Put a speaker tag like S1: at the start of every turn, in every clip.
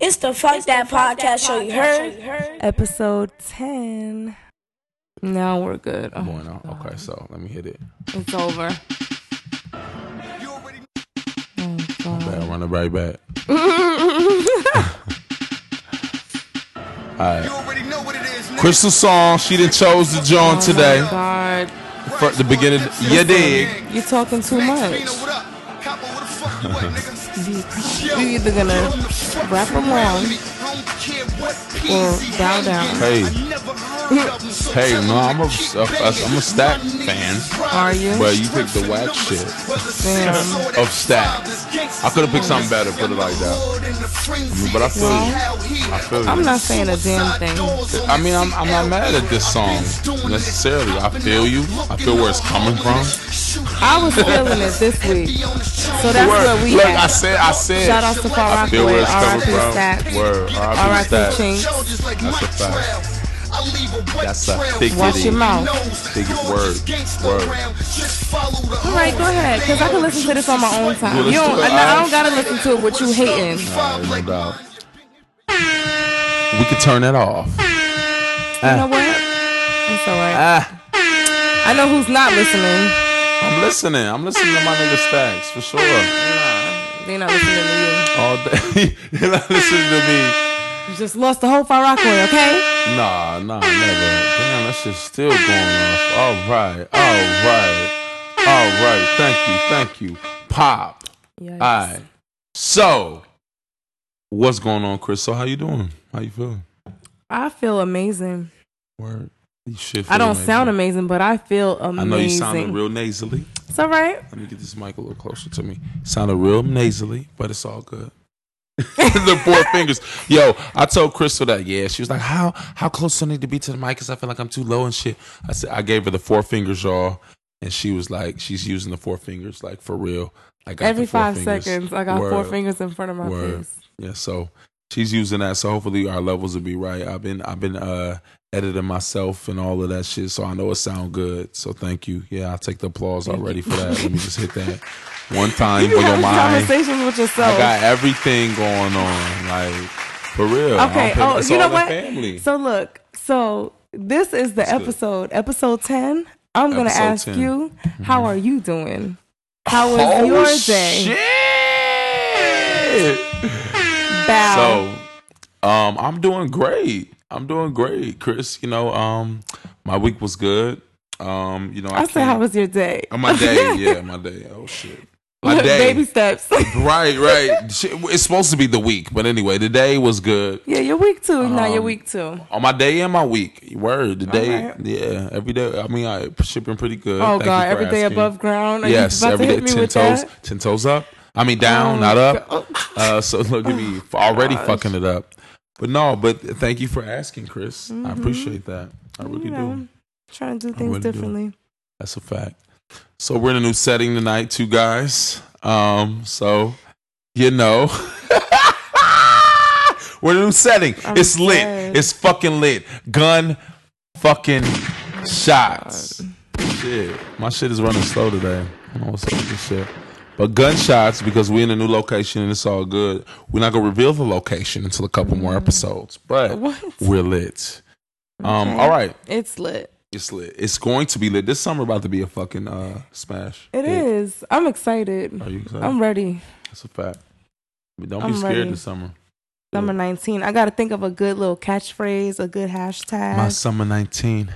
S1: It's the Fuck That Podcast show you heard.
S2: Episode 10. Now we're good. Oh,
S3: going on. Okay, so let me hit it.
S2: It's over. Oh, God.
S3: Bad, run it right back. Crystal song. She done chose the joint today.
S2: Oh, God.
S3: For the beginning. You dig?
S2: You're talking too much. You're either going to wrap them around or bow down.
S3: Hey, hey, no, I'm a, I'm a stack fan,
S2: Are you?
S3: but you picked the whack shit
S2: Damn.
S3: of stack. I could have picked something better, put it like that. But I feel, you. I feel. you.
S2: I'm not saying a damn thing.
S3: I mean, I'm, I'm not mad at this song necessarily. I feel you. I feel where it's coming from.
S2: I was feeling it this week. So that's
S3: Word.
S2: what we
S3: Look, I
S2: had.
S3: said, I said.
S2: Shout out to Paul
S3: I feel
S2: Rockaway,
S3: where it's coming
S2: R.I.P.
S3: from.
S2: Stack,
S3: Word. R.I.P.
S2: R.I.P.
S3: Stack.
S2: Chink.
S3: That's a fact. That's a thick
S2: Watch your
S3: titty.
S2: mouth.
S3: Thick word. Word.
S2: All right, go ahead, because I can listen to this on my own time.
S3: Well,
S2: You don't,
S3: let's do it.
S2: I, I don't gotta listen to it with you hating.
S3: Alright, no doubt. We could turn that off.
S2: You know what? It's all right.
S3: Ah,
S2: I know who's not listening.
S3: I'm listening. I'm listening to my nigga Stacks for sure.
S2: They're not listening to
S3: All day. You're not listening to me.
S2: you. You just lost the whole Far Rockaway, okay?
S3: Nah, nah, never. Damn, that shit's still going off. All right, all right, all right. Thank you, thank you. Pop.
S2: Yikes.
S3: All right. So, what's going on, Chris? So, how you doing? How you feeling?
S2: I feel amazing.
S3: Word. You shit.
S2: I don't sound amazing, but I feel amazing.
S3: I know you sounded real nasally.
S2: It's all right.
S3: Let me get this mic a little closer to me. Sounded real nasally, but it's all good. the four fingers. Yo, I told Crystal that. Yeah, she was like, "How how close do I need to be to the mic? Cause I feel like I'm too low and shit." I said, "I gave her the four fingers, y'all," and she was like, "She's using the four fingers, like for real." I got the
S2: Every
S3: four
S2: five
S3: fingers.
S2: seconds, I got four
S3: Word.
S2: fingers in front of my
S3: Word.
S2: face.
S3: Yeah, so she's using that. So hopefully our levels will be right. I've been I've been uh editing myself and all of that shit, so I know it sound good. So thank you. Yeah, I'll take the applause already for that. Let me just hit that one time
S2: You be
S3: for your
S2: having
S3: mind.
S2: conversations with yourself.
S3: I got everything going on, like for real. I
S2: Okay.
S3: don't pay-
S2: Oh,
S3: it's
S2: you
S3: all
S2: know
S3: in
S2: what?
S3: Family.
S2: So look. So this is the
S3: good.
S2: episode, episode ten. I'm gonna
S3: Episode
S2: ask
S3: 10.
S2: you, how are you doing? How was
S3: oh,
S2: your day?
S3: Shit.
S2: Bow.
S3: So, um, I'm doing great. I'm doing great, Chris. You know, um, my week was good. Um, you know,
S2: I
S3: I,
S2: said,
S3: can't-
S2: how was your day?
S3: Oh, my day, yeah, my day. Oh shit, my day.
S2: Baby steps.
S3: Right, right. Shit, It's supposed to be the week, but anyway, the day was good.
S2: yeah, you're week two. now you're
S3: Um,
S2: week two.
S3: On my day and my week, word. The day,
S2: right.
S3: yeah, every day. I mean, I shipping pretty good.
S2: Oh
S3: Thank you
S2: God,
S3: for
S2: every day
S3: asking.
S2: above ground. Are
S3: Yes,
S2: you about
S3: every
S2: to
S3: day.
S2: hit me
S3: Ten
S2: with
S3: toes,
S2: that?
S3: ten toes up. I mean, down,
S2: Oh,
S3: not up.
S2: God.
S3: Uh, so look at me f- already
S2: gosh.
S3: fucking it up. But no, but thank you for asking, Chris. I appreciate that. I really
S2: you know,
S3: do.
S2: Trying to do
S3: really
S2: things
S3: do.
S2: differently.
S3: That's a fact. So we're in a new setting tonight, two guys. Um, so you know. we're in a new setting.
S2: I'm
S3: it's lit.
S2: dead.
S3: It's fucking lit. Gun fucking shots. Shit. My shit is running slow today. I don't know what's up with this shit. But gunshots, because we're in a new location and it's all good. We're not gonna reveal the location until a couple more episodes. But
S2: What?
S3: we're lit. Um,
S2: Okay.
S3: all right.
S2: It's lit.
S3: It's lit. It's going to be lit. This summer about to be a fucking uh smash.
S2: It is. I'm excited.
S3: Are you excited?
S2: I'm ready.
S3: That's a fact. But don't
S2: I'm
S3: be scared
S2: ready.
S3: this summer.
S2: Number 19. I got to think of a good little catchphrase, a good hashtag.
S3: My summer nineteen.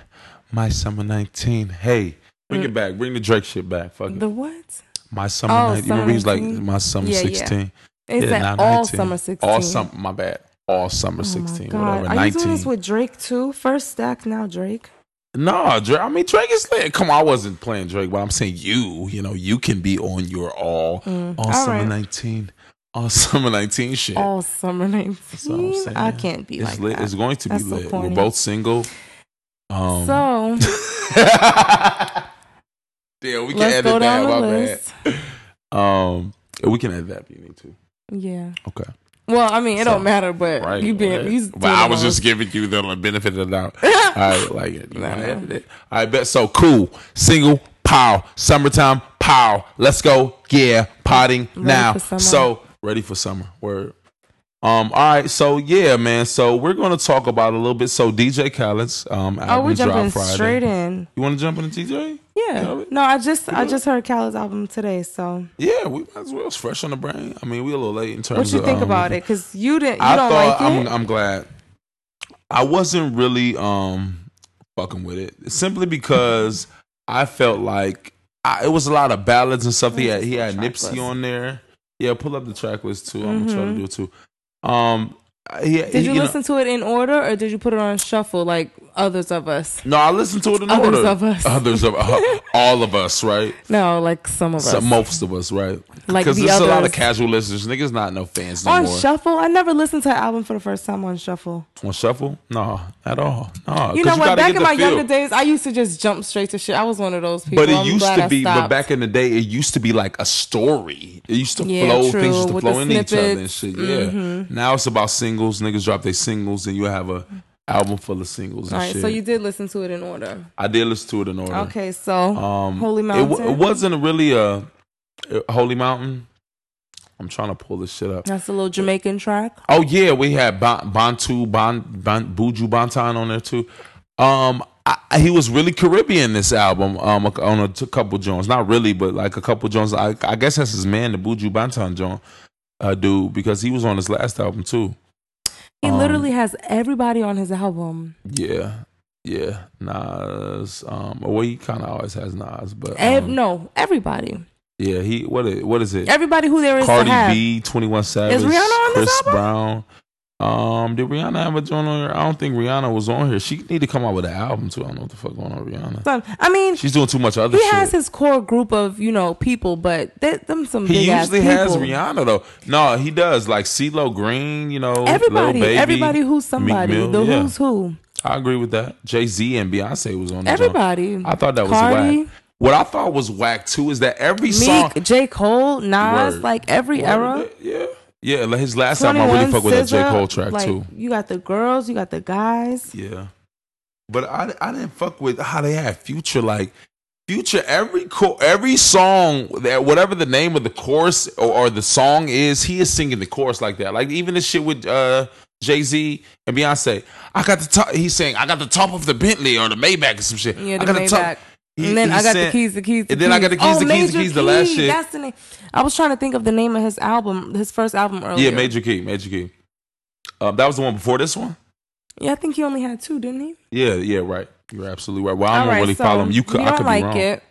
S3: My summer nineteen. Hey. Bring it back. Bring the Drake shit back. Fuck it.
S2: the what?
S3: My summer
S2: Oh,
S3: 19. You remember he was like,
S2: 17?
S3: my summer
S2: Yeah, yeah.
S3: 16.
S2: It's
S3: Yeah,
S2: that
S3: nah,
S2: all
S3: 19.
S2: summer 16.
S3: All summer. My bad. All summer 16.
S2: Oh my God.
S3: Whatever.
S2: Are
S3: 19.
S2: you doing this with Drake too? First stack now, Drake.
S3: No, Drake. I mean, Drake is lit. Come on, I wasn't playing Drake, but I'm saying you. You know, you can be on your all
S2: Mm,
S3: all
S2: all
S3: summer
S2: right.
S3: nineteen, all summer nineteen shit.
S2: All summer 19.
S3: what I'm saying.
S2: Mm, I can't be
S3: it's
S2: like
S3: lit.
S2: that.
S3: It's going to be
S2: That's so
S3: lit. We're
S2: corny.
S3: both single. Um,
S2: so
S3: yeah, we can
S2: let's
S3: edit
S2: go
S3: that.
S2: down the
S3: My
S2: list.
S3: bad. Um, we can edit that if you need to.
S2: Yeah.
S3: Okay.
S2: Well, I mean, it
S3: So,
S2: don't matter, but
S3: Right.
S2: you being,
S3: right.
S2: you doing
S3: but I
S2: the
S3: was just
S2: most-
S3: giving you the benefit of the doubt. I like it. You wanna edit it? I bet so. Cool. Single. Pow. Summertime. Pow. Let's go. Yeah. Potting now.
S2: for summer.
S3: So ready for summer. Word. Um, all right, so yeah, man. So we're gonna talk about a little bit. So DJ Khaled's um album
S2: Oh, we're
S3: dropped
S2: jumping
S3: Friday.
S2: straight in.
S3: You want to jump into DJ?
S2: Yeah. No, I just I just heard Khaled's album today. So
S3: Yeah, we might as well. It's fresh on the brain. I mean, we a little late in
S2: what
S3: terms.
S2: you
S3: of,
S2: think
S3: um,
S2: about it? Because you didn't. You
S3: I
S2: don't like
S3: thought
S2: it.
S3: I'm, I'm glad. I wasn't really um fucking with it simply because I felt like I, it was a lot of ballads and stuff. He had he had
S2: Track
S3: Nipsey
S2: list. Mm-hmm.
S3: on there. Yeah, pull up the track list too. I'm gonna try to do it too. Um, he,
S2: did you,
S3: know-
S2: listen to it in order, or did you put it on shuffle like others of us?
S3: no, I listened to it in
S2: Others
S3: order.
S2: of us.
S3: Others of uh, all of us, right?
S2: No, like some of us.
S3: So, most of us, right?
S2: Like
S3: Because
S2: the
S3: there's a lot of
S2: others.
S3: casual listeners. Niggas not no fans no
S2: on
S3: more.
S2: shuffle, I never listened to an album for the first time on shuffle.
S3: on shuffle? No, at all. No,
S2: You
S3: Oh, 'cause
S2: know what? Back
S3: gotta get
S2: in
S3: the
S2: my
S3: feel.
S2: younger days, I used to just jump straight to shit. I was one of those people.
S3: But it
S2: I'm
S3: used
S2: glad
S3: to
S2: I
S3: be, but
S2: stopped.
S3: back in the day, it used to be like a story. It used to
S2: Yeah,
S3: flow,
S2: true,
S3: things used to
S2: with
S3: flow
S2: the
S3: in each other and
S2: snippets. Mm-hmm.
S3: shit. Yeah. Now it's about singles. Niggas drop their singles, and you have a album full of singles
S2: All
S3: and
S2: right,
S3: shit.
S2: so you did listen to it in order.
S3: I did listen to it in order.
S2: Okay, so
S3: Um,
S2: Holy
S3: it wa-
S2: Mountain.
S3: It, wasn't really a a Holy Mountain. I'm trying to pull this shit up.
S2: that's a little Jamaican track.
S3: Oh yeah, we had bon, Bantu Bon Bon Buju Bantan on there too. Um, I, I- he was really Caribbean this album. Um, on a t- couple Jones, not really, but like a couple Jones. I, I guess that's his man, the Buju Bantan John, uh, dude, because he was on his last album too.
S2: He
S3: Um,
S2: literally has everybody on his album.
S3: Yeah, yeah, Nas. Um, well, he kind of always has Nas, but um,
S2: Ev- no, everybody.
S3: yeah, he what is, what is it?
S2: Everybody who there is to have.
S3: Cardi B, Twenty One Savage,
S2: Is Rihanna on
S3: Chris
S2: this album?
S3: Brown. Um, did Rihanna have a joint on here? I don't think Rihanna was on here. She need to come out with an album too. I don't know what the fuck going on with Rihanna.
S2: Son, I mean,
S3: She's doing too much other
S2: he
S3: shit.
S2: has his core group of you know people, but they, them some big
S3: he usually
S2: ass
S3: has
S2: people.
S3: Rihanna though. No, he does. Like CeeLo Green, you know, Lil
S2: Everybody,
S3: Baby.
S2: everybody who's somebody,
S3: Meek Mill,
S2: the
S3: yeah.
S2: who's who,
S3: I agree with that. Jay Z and Beyonce was on the joint.
S2: everybody.
S3: I thought that was
S2: Cardi,
S3: whack. What I thought was whack too is that every song
S2: Meek, J Cole, Nas,
S3: Word.
S2: like every era.
S3: Yeah. Yeah, like his last album I really
S2: 21,
S3: fuck with that J.
S2: SZA,
S3: Cole track
S2: like,
S3: too.
S2: You got the girls, you got the guys.
S3: Yeah. But I I didn't fuck with how they had Future like Future every co- every song that whatever the name of the chorus or, or the song is, he is singing the chorus like that. Like even the shit with uh Jay Z and Beyonce, I got the top. He's saying I got the top of the Bentley or the Maybach or some shit.
S2: Yeah,
S3: I
S2: the
S3: got
S2: Maybach.
S3: He-
S2: and then
S3: he
S2: I got
S3: said-
S2: the keys, the keys, the
S3: and then I got the keys, the keys,
S2: Major
S3: the keys, the last
S2: Key,
S3: shit.
S2: That's the name. I was trying to think of the name of his album, his first album earlier.
S3: Yeah, Major Key, Major Key. Um, that was the one before this one.
S2: Yeah, I think he only had two, didn't he?
S3: Yeah, yeah, right. You're absolutely right. Well, I
S2: All
S3: don't
S2: right,
S3: really
S2: so
S3: follow him. You could,
S2: we
S3: I
S2: don't
S3: could
S2: like
S3: be wrong.
S2: it.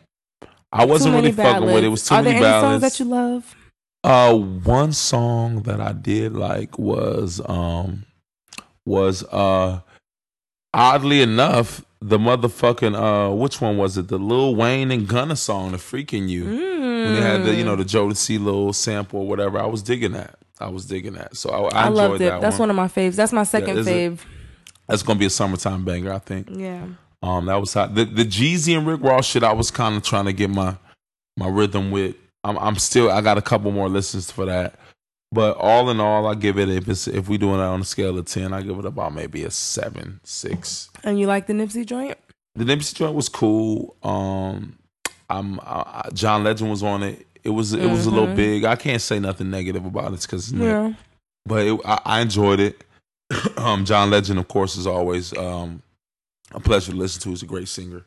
S3: I
S2: Too
S3: wasn't
S2: many
S3: really fucking with it. It
S2: ballads.
S3: was too
S2: Are
S3: many
S2: there any
S3: ballads.
S2: songs that you love?
S3: Uh, one song that I did like was um was uh oddly enough the motherfucking uh which one was it the Lil Wayne and Gunna song the freaking you when they had the you know the Jodeci little sample or whatever I was digging that I was digging that so I, I,
S2: Mm. I,
S3: enjoyed
S2: loved it.
S3: that
S2: That's one
S3: one.
S2: of my faves. That's my second
S3: is it?
S2: fave.
S3: that's gonna be a summertime banger I think
S2: Yeah.
S3: um that was hot the the Jeezy and Rick Ross shit I was kind of trying to get my my rhythm with. I'm I'm still I got a couple more listens for that. But all in all, I give it if it's if we doing it on a scale of ten, I give it about maybe a seven, six.
S2: And you like the Nipsey joint?
S3: The Nipsey joint was cool. Um, I'm I, I- John Legend was on it. It was it was a little
S2: Mhm.
S3: big. I can't say nothing negative about it because
S2: Yeah.
S3: but it, I, I enjoyed it. um, John Legend, of course, is always um, a pleasure to listen to. He's a great singer.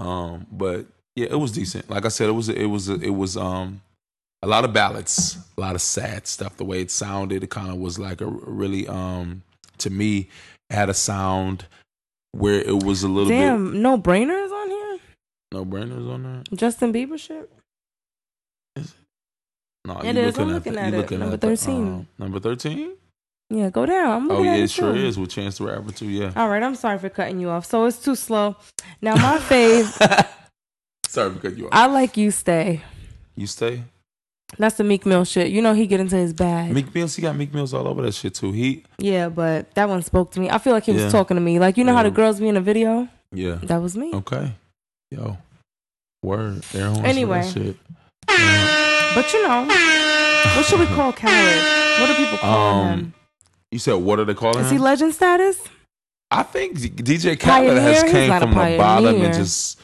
S3: Um, but yeah, it was decent. Like I said, it was it was it was um, a lot of ballads, a lot of sad stuff. The way it sounded, it kind of was like a really um, to me it had a sound where it was a little bit
S2: Damn, no brainers on here?
S3: no brainers on there.
S2: Justin Bieber shit?
S3: No,
S2: It
S3: you
S2: is. I'm looking
S3: the-
S2: at
S3: you
S2: it. Number
S3: the,
S2: 13.
S3: um, number thirteen.
S2: Yeah, go down. I'm
S3: Oh
S2: looking
S3: yeah,
S2: at
S3: it sure
S2: too.
S3: is with Chance the Rapper too. Yeah.
S2: All right, I'm sorry for cutting you off. So it's too slow. Now my fave,
S3: Sorry because you.
S2: I like You Stay.
S3: You stay.
S2: That's the Meek Mill shit. You know he get into his bag.
S3: Meek Mills, he got Meek Mills all over that shit too. He,
S2: yeah, but that one spoke to me. I feel like he
S3: Yeah.
S2: was talking to me. Like you know how the
S3: Yeah. Oh.
S2: girls be in the video?
S3: yeah,
S2: That was me.
S3: okay, yo, word. Aaron wants
S2: Anyway.
S3: that shit.
S2: But you know, what should we call Khaled? What do people call
S3: Um,
S2: him?
S3: You said what are they calling
S2: Is he
S3: him?
S2: legend status?
S3: I think D- DJ Khaled
S2: Pioneer?
S3: has
S2: He's
S3: came
S2: not a
S3: from the bottom and
S2: pioneer.
S3: just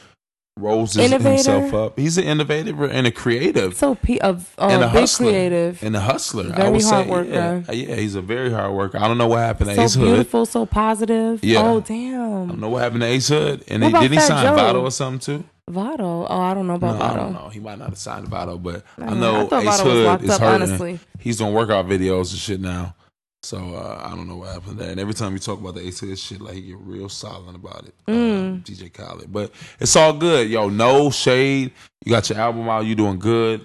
S3: rolls his,
S2: Innovator.
S3: himself up. He's an innovator and a creative
S2: So P of uh,
S3: and a
S2: big
S3: hustler
S2: creative.
S3: and a hustler. I
S2: Very
S3: would
S2: hard
S3: say,
S2: worker.
S3: Yeah, yeah, he's a very hard worker. I don't know what happened to Ace
S2: so
S3: Hood.
S2: beautiful, so positive.
S3: Yeah.
S2: Oh
S3: I don't
S2: damn.
S3: know what happened to Ace Hood. And
S2: What
S3: he,
S2: about
S3: did he
S2: Fat
S3: sign
S2: Joe?
S3: Votto or something too?
S2: Votto. Oh, I don't know
S3: No,
S2: about
S3: I don't
S2: Votto.
S3: know. He might not have signed Votto, but I
S2: don't
S3: know
S2: know. I thought
S3: Ace
S2: Votto was
S3: Hood
S2: locked
S3: is
S2: up,
S3: hurting.
S2: honestly.
S3: He's doing workout videos and shit now. So uh, I don't know what happened there. And every time we talk about the Ace Hood shit, like he get real silent about it. uh,
S2: Mm.
S3: DJ Khaled, but it's all good, yo. No shade. You got your album out. You doing good.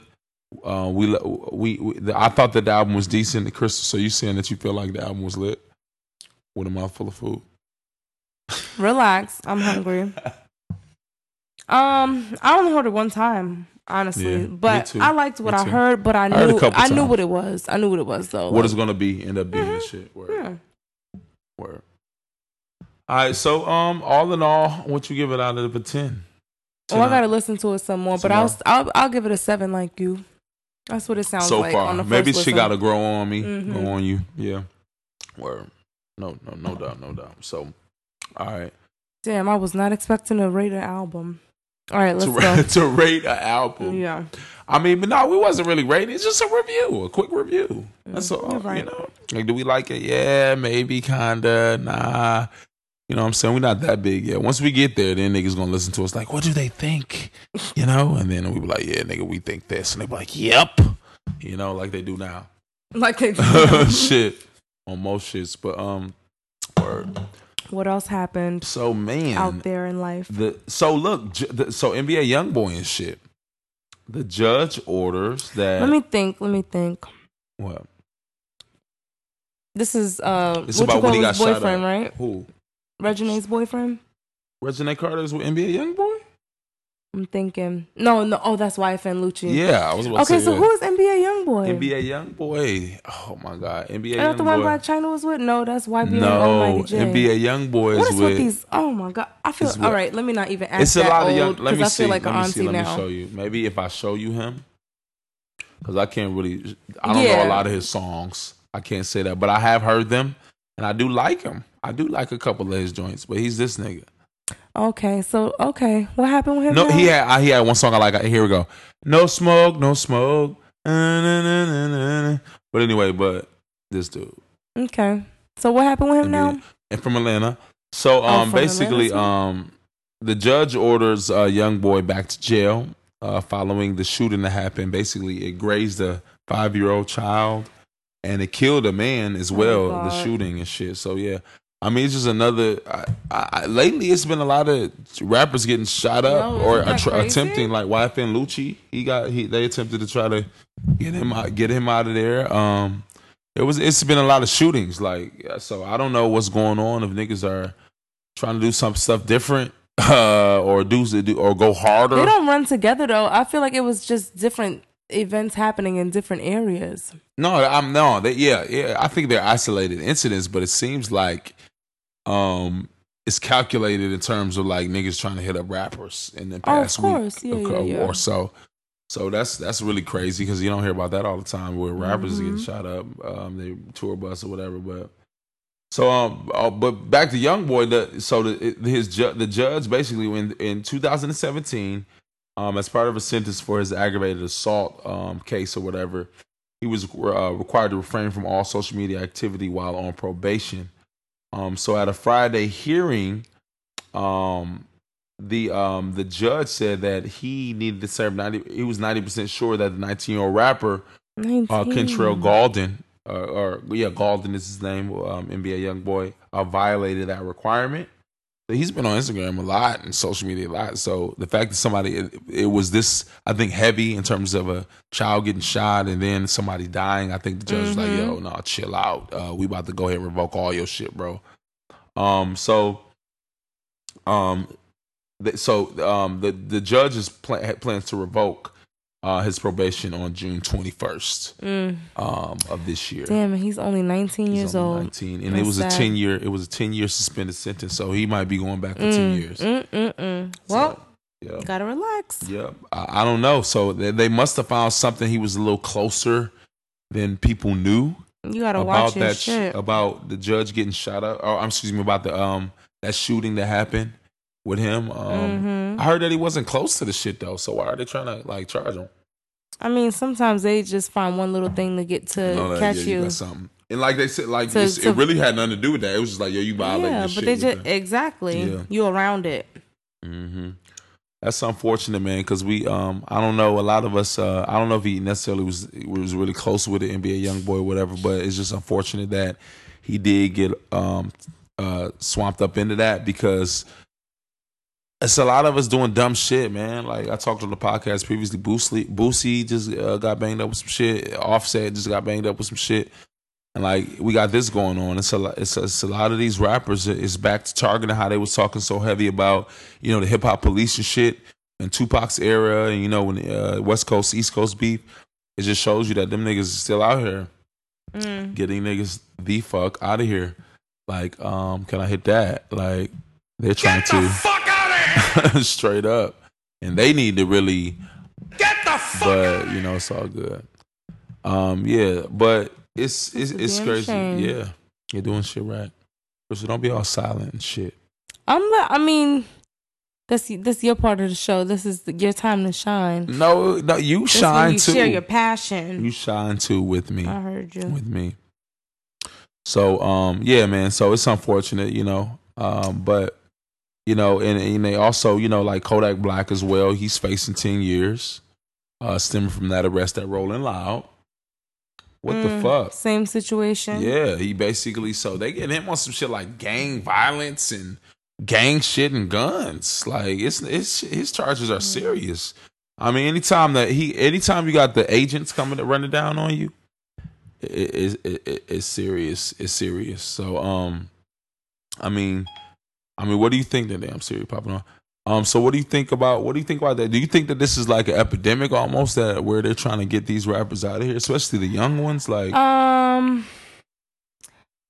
S3: Uh, we, lo- we we the, I thought that the album was decent. The Crystal. So you saying that you feel like the album was lit with a mouthful of food?
S2: Relax. I'm hungry. um, I only heard it one time, honestly.
S3: Yeah, me
S2: but
S3: too.
S2: I liked what
S3: Me
S2: I
S3: too.
S2: heard, but I
S3: heard a
S2: knew I,
S3: couple
S2: knew
S3: times.
S2: what it was. I knew what it was though.
S3: What is gonna be end up being and
S2: Mhm.
S3: shit? Word.
S2: yeah.
S3: Word. All right, so um, all in all, what you give it out of the ten?
S2: Oh, I gotta listen to it some more,
S3: Some
S2: but I'll,
S3: more.
S2: I'll I'll give it a seven like you. That's what it sounds
S3: so
S2: like
S3: far.
S2: on the first
S3: Maybe she
S2: listen.
S3: gotta grow on me,
S2: Mhm.
S3: grow on you. Yeah. Word. No, no, no doubt, no doubt. So, all right,
S2: Damn, I was not expecting to rate an album. All right, let's
S3: to,
S2: go.
S3: ra- to rate an album.
S2: Yeah,
S3: I mean, but no, we wasn't really rating. It's just a review, a quick review. That's all.
S2: you're Mm-hmm. right.
S3: You know, like, do we like it? Yeah, maybe, kinda, nah. You know what I'm saying? We're not that big yet. Once we get there, then niggas gonna listen to us like, what do they think? You know? And then we be like, yeah, nigga, we think this. And they be like, yep. You know, like they do now.
S2: like they-
S3: Shit. On most shits. But, um, word.
S2: what else happened
S3: So, man.
S2: out there in life?
S3: The so look, ju- the, so NBA young boy and shit. The judge orders that
S2: Let me think. Let me think.
S3: what
S2: This is uh,
S3: It's
S2: what you
S3: about when he
S2: call
S3: got
S2: his
S3: shot
S2: boyfriend,
S3: at.
S2: right?
S3: Who?
S2: Regine's boyfriend.
S3: Regina Carter's with NBA Youngboy?
S2: I'm thinking. No, no. Oh, that's YFN Lucci.
S3: Yeah, I was about
S2: Okay,
S3: to say.
S2: so
S3: yeah.
S2: who is NBA Youngboy?
S3: NBA Youngboy? Oh my God, NBA
S2: Is that the one by
S3: Youngboy.
S2: China was with? No, that's YBN
S3: No,
S2: Almighty J.
S3: NBA Youngboy is
S2: What is
S3: with.
S2: with these? Oh my god! I feel
S3: It's
S2: all
S3: what-
S2: right. Let me not even ask
S3: it's a
S2: that
S3: lot
S2: old,
S3: of young. Let me
S2: 'cause I
S3: see.
S2: feel like
S3: let
S2: an
S3: me
S2: auntie
S3: see. Let
S2: now.
S3: me show you. Maybe if I show you him, because I can't really. I don't know
S2: Yeah.
S3: a lot of his songs. I can't say that, but I have heard them, and I do like him. I do like a couple of his joints, but he's this nigga.
S2: Okay, so okay, what happened with him?
S3: No,
S2: now?
S3: he had I, he had one song I like. Here we go. No smoke, no smoke. Uh-na-na-na-na-na. But anyway, but this dude
S2: Okay, so what happened with him
S3: NBA.
S2: now?
S3: and from Atlanta. So um,
S2: Oh, from
S3: basically,
S2: Atlanta, so-
S3: um, the judge orders a young boy back to jail uh, following the shooting that happened. Basically, it grazed a five year old child and it killed a man as
S2: Oh,
S3: well. the
S2: God.
S3: shooting and shit. So yeah. I mean, it's just another. I, I, I- lately, it's been a lot of rappers getting shot up
S2: Yo,
S3: or
S2: isn't that
S3: attr-
S2: crazy?
S3: attempting, like YFN Lucci. He got he. They attempted to try to get him out, get him out of there. Um, it was it's been a lot of shootings, like yeah, so I don't know what's going on if niggas are trying to do some stuff different uh, or do or go harder.
S2: They don't run together though. I feel like it was just different events happening in different areas.
S3: No, I'm no. They, yeah, yeah. I think they're isolated incidents, but it seems like um it's calculated in terms of like niggas trying to hit up rappers in the
S2: Oh, of
S3: past
S2: course.
S3: week
S2: Yeah,
S3: or,
S2: yeah, yeah.
S3: or so. So that's that's really crazy because you don't hear about that all the time where rappers is
S2: Mm-hmm.
S3: getting shot up, um, they tour bus or whatever. But so um, oh, but back to Young Boy. The so the it- his ju- the judge basically in in 2017, um, as part of a sentence for his aggravated assault um case or whatever, he was uh, required to refrain from all social media activity while on probation. Um, so at a Friday hearing, um, the um, the judge said that he needed to serve ninety. He was ninety percent sure that the nineteen year old rapper uh,
S2: 19.
S3: Kentrell Galden, uh, or yeah, Galden is his name, um, NBA young boy, uh, violated that requirement. But he's been on Instagram a lot and social media a lot. So the fact that somebody, it, it was this, I think, heavy in terms of a child getting shot and then somebody dying. I think the judge was like, yo, no, chill out. Uh, we about to go ahead and revoke all your shit, bro. Um, so, um, th- so um, the the judge is pla- plans to revoke uh, his probation on June twenty first
S2: Mm,
S3: um, of this year.
S2: damn, and he's only 19
S3: He's
S2: years
S3: only
S2: old.
S3: 19, and it
S2: That's
S3: was
S2: sad.
S3: a ten year. It was a ten year suspended sentence, so he might be going back for ten years.
S2: Mm, mm, mm. Well,
S3: Yeah,
S2: gotta relax.
S3: yeah. I, I don't know. So they, they must have found something. He was a little closer than people knew
S2: You gotta
S3: about
S2: watch your
S3: that. sh-
S2: shit.
S3: oh, about the judge getting shot up. Or I'm excuse me about the um that shooting that happened. with him. Um,
S2: Mm-hmm.
S3: I heard that he wasn't close to the shit though. So why are they trying to like charge him?
S2: I mean, sometimes they just find one little thing to get to
S3: No, that-
S2: catch
S3: yeah,
S2: you.
S3: got something. And like they said, like
S2: To-
S3: it's-
S2: to-
S3: it really had nothing to do with that. It was just like, yo, you violating
S2: yeah,
S3: this
S2: but
S3: shit.
S2: they
S3: with
S2: just
S3: that.
S2: exactly
S3: Yeah.
S2: you around it.
S3: hmm That's unfortunate, man. Because we, um, I don't know, a lot of us, uh, I don't know if he necessarily was was really close with the NBA young boy, or whatever. But it's just unfortunate that he did get um uh swamped up into that because it's a lot of us doing dumb shit, man. Like I talked on the podcast previously, Boosie, Boosie just uh, got banged up with some shit. Offset just got banged up with some shit. And like we got this going on. It's a lot, it's, a- it's a lot of these rappers. It's back to targeting how they was talking so heavy about you know the hip hop police and shit and Tupac's era and you know when uh, West Coast East Coast beef. It just shows you that them niggas is still out here
S2: Mm.
S3: getting niggas the fuck out of here. Like, um, can I hit that? Like, they're trying to fuck out of here straight up, and they need to really but you know it's all good. Um, yeah, but it's it's
S2: You're
S3: it's
S2: doing
S3: crazy.
S2: shame.
S3: Yeah, you're doing shit right. So don't be all silent and shit.
S2: I'm. li- I mean, that's that's your part of the show. This is the, your time to shine.
S3: No, no, you
S2: This is when
S3: shine
S2: you
S3: too.
S2: Share your passion.
S3: you shine too with me.
S2: I heard you.
S3: With me. So um, yeah, man. So it's unfortunate, you know. Um, but you know, and and they also, you know, like Kodak Black as well. He's facing ten years, uh, stemming from that arrest at Rolling Loud. What the
S2: Mm,
S3: fuck?
S2: Same situation.
S3: Yeah, he basically so they get him on some shit like gang violence and gang shit and guns. Like it's it's his charges are serious. I mean, anytime that he, anytime you got the agents coming to run it down on you, it, it, it, it- it's serious. It's serious. So um, I mean, I mean, what do you think that damn Siri popping on? Um, so what do you think about what do you think about that? Do you think that this is like an epidemic almost that where they're trying to get these rappers out of here, especially the young ones? Like,
S2: Um,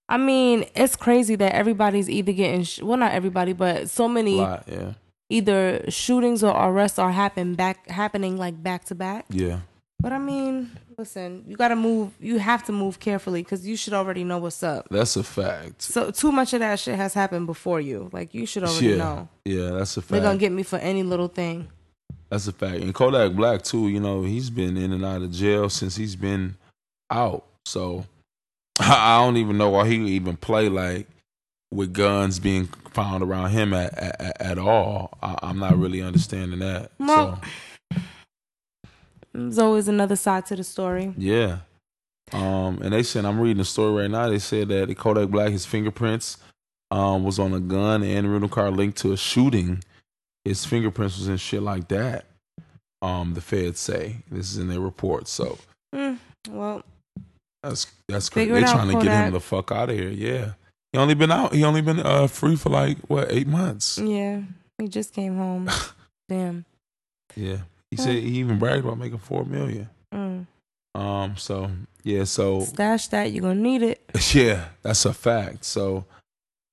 S2: I mean, it's crazy that everybody's either getting sh- well, not everybody, but so many
S3: lot, yeah.
S2: either shootings or arrests are happen back happening like back to back.
S3: Yeah.
S2: But I mean, listen, you gotta move. You have to move carefully because you should already know what's up.
S3: That's a fact.
S2: So too much of that shit has happened before you. Like you should already
S3: Yeah.
S2: know.
S3: Yeah, that's a
S2: They're
S3: fact.
S2: gonna get me for any little thing.
S3: that's a fact. And Kodak Black too, you know, he's been in and out of jail since he's been out. So I I don't even know why he even play like with guns being found around him at at, at all. I, I'm not really understanding that.
S2: Well-
S3: so
S2: There's always another side to the story.
S3: yeah. Um, and they said I'm reading the story right now. They said that Kodak Black, his fingerprints, um, was on a gun and rental car linked to a shooting. His fingerprints was in shit like that. Um, the feds say this is in their report. So
S2: Mm, well,
S3: that's that's crazy.
S2: Figure
S3: They're
S2: it out,
S3: trying to get him
S2: Kodak.
S3: the fuck out of here. Yeah, he only been out. He only been uh free for like what eight months.
S2: yeah, we just came home. Damn.
S3: Yeah, he said he even bragged about making four million.
S2: Mm.
S3: Um, so yeah, so
S2: Stash that. You're gonna need it.
S3: Yeah, that's a fact. So,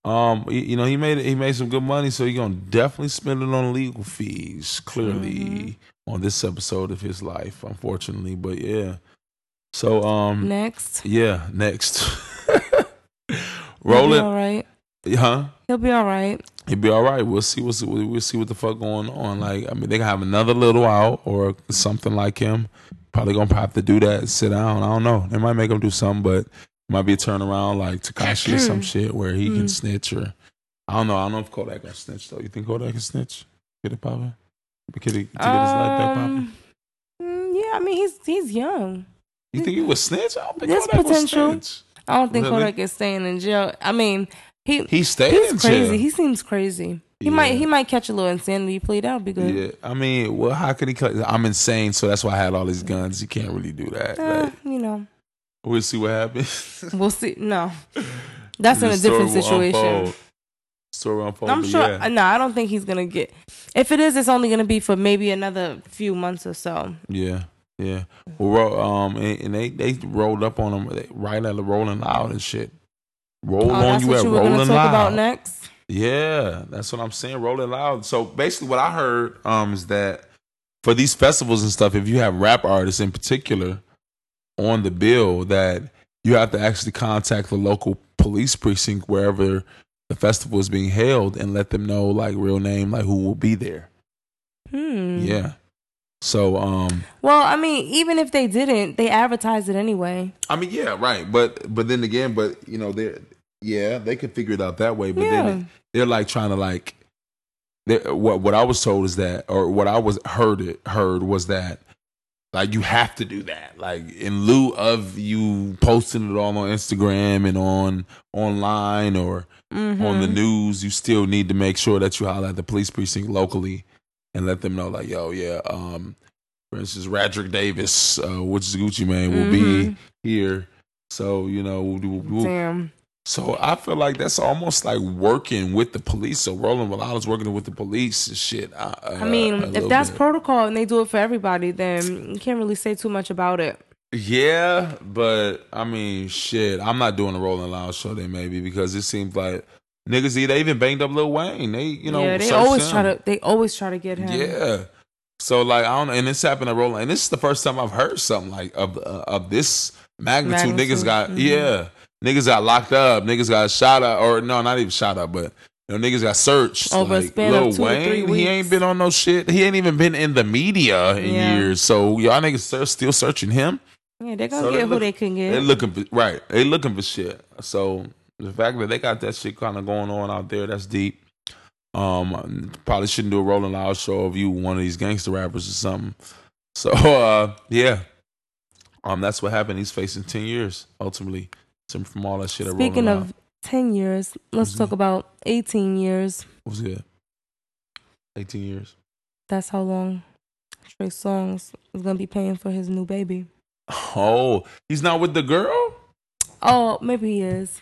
S3: um, y- you know, he made he made some good money, so he's gonna definitely spend it on legal fees. Clearly, on this episode of his life, unfortunately, but yeah. So, um,
S2: Next.
S3: yeah, next,
S2: He'll be
S3: rolling,
S2: all right.
S3: huh?
S2: He'll be all right.
S3: It'd be all right. We'll see what's we'll see what the fuck going on. Like, I mean, they can have another little out or something like him. Probably gonna have to do that. Sit down. I don't know. They might make him do something, but it might be a turnaround like Takashi or some shit where he can
S2: Mm.
S3: snitch or I don't know. I don't know if Kodak gonna snitch though. You think Kodak can snitch? Get it poppin'? Get it, to get his life back poppin'?
S2: Um, mm, yeah, I mean he's he's young.
S3: You think he would snitch? I don't think
S2: There's
S3: Kodak
S2: potential.
S3: would snitch.
S2: I don't think
S3: Really?
S2: Kodak is staying in jail. I mean he
S3: He stayed
S2: he's
S3: in
S2: crazy.
S3: jail.
S2: He seems crazy. He might
S3: Yeah.
S2: he might catch a little insanity plea. That would be good.
S3: yeah, I mean, well, how could he? cut- I'm insane, so that's why I had all these guns. You can't really do that.
S2: Uh,
S3: Like,
S2: you know,
S3: we'll see what happens.
S2: we'll see. No, that's in
S3: The
S2: a
S3: story
S2: different
S3: will
S2: situation.
S3: unfold. Story unfold.
S2: I'm
S3: but
S2: sure.
S3: Yeah.
S2: No, I don't think he's gonna get. If it is, it's only gonna be for maybe another few months or so.
S3: yeah. Yeah. Well, ro- um, and, and they they rolled up on him they, right at the Rolling Loud and shit. Roll
S2: Oh,
S3: on
S2: that's
S3: you
S2: what
S3: at
S2: you were
S3: Rolling
S2: gonna
S3: Loud.
S2: talk about next.
S3: Yeah, that's what I'm saying. Rolling Loud. So basically, what I heard um is that for these festivals and stuff, if you have rap artists in particular on the bill, that you have to actually contact the local police precinct wherever the festival is being held and let them know like real name, like who will be there.
S2: Hmm.
S3: Yeah. So um
S2: Well, I mean, even if they didn't, they advertised it anyway.
S3: I mean yeah, right. But but then again, but you know, they're yeah, they could figure it out that way, but
S2: yeah.
S3: then they're like trying to like they're- what what I was told is that or what I was heard it heard was that like you have to do that. Like in lieu of you posting it all on Instagram and on online or
S2: Mhm.
S3: on the news, you still need to make sure that you holler at the police precinct locally and let them know, like, yo, yeah, um, for instance, Radrick Davis, uh, which is Gucci Man, will be
S2: Mhm.
S3: here. So you know, whoop, whoop, whoop.
S2: Damn.
S3: so I feel like that's almost like working with the police. So Roland, while I was working with the police and shit, uh, I,
S2: I mean, if that's
S3: pro
S2: protocol and they do it for everybody, then you can't really say too much about it.
S3: yeah, but I mean, shit, I'm not doing a Rolling Loud show. They maybe because it seems like niggas, they even banged up Lil Wayne. They, you know,
S2: yeah, they
S3: searched
S2: always
S3: him.
S2: try to. They always try to get him.
S3: Yeah. So like I don't, and this happened at Roland, and this is the first time I've heard something like of uh, of this magnitude.
S2: Magnitude,
S3: Niggas got
S2: mhm.
S3: yeah, niggas got locked up, niggas got shot up, or no, not even shot up, but you know niggas got searched.
S2: Over a
S3: like,
S2: span of
S3: Lil
S2: two to three
S3: Wayne, he ain't
S2: weeks.
S3: been on no shit. He ain't even been in the media in
S2: Yeah.
S3: years. So y'all niggas are still searching him.
S2: Yeah, they're gonna
S3: So they
S2: get
S3: look-
S2: who they can
S3: They
S2: get.
S3: looking for right. They looking for shit. So the fact that they got that shit kind of going on out there, that's deep. Um, probably shouldn't do a Rolling Loud show of you one of these gangster rappers or something. So uh, yeah, um, that's what happened. He's facing ten years ultimately from from all that shit. at Rolling
S2: Speaking
S3: Loud.
S2: of ten years, let's
S3: Mhm.
S2: talk about eighteen years.
S3: what's good, eighteen years.
S2: That's how long Trey Songz is gonna be paying for his new baby.
S3: Oh, he's not with the girl.
S2: Oh, maybe he is.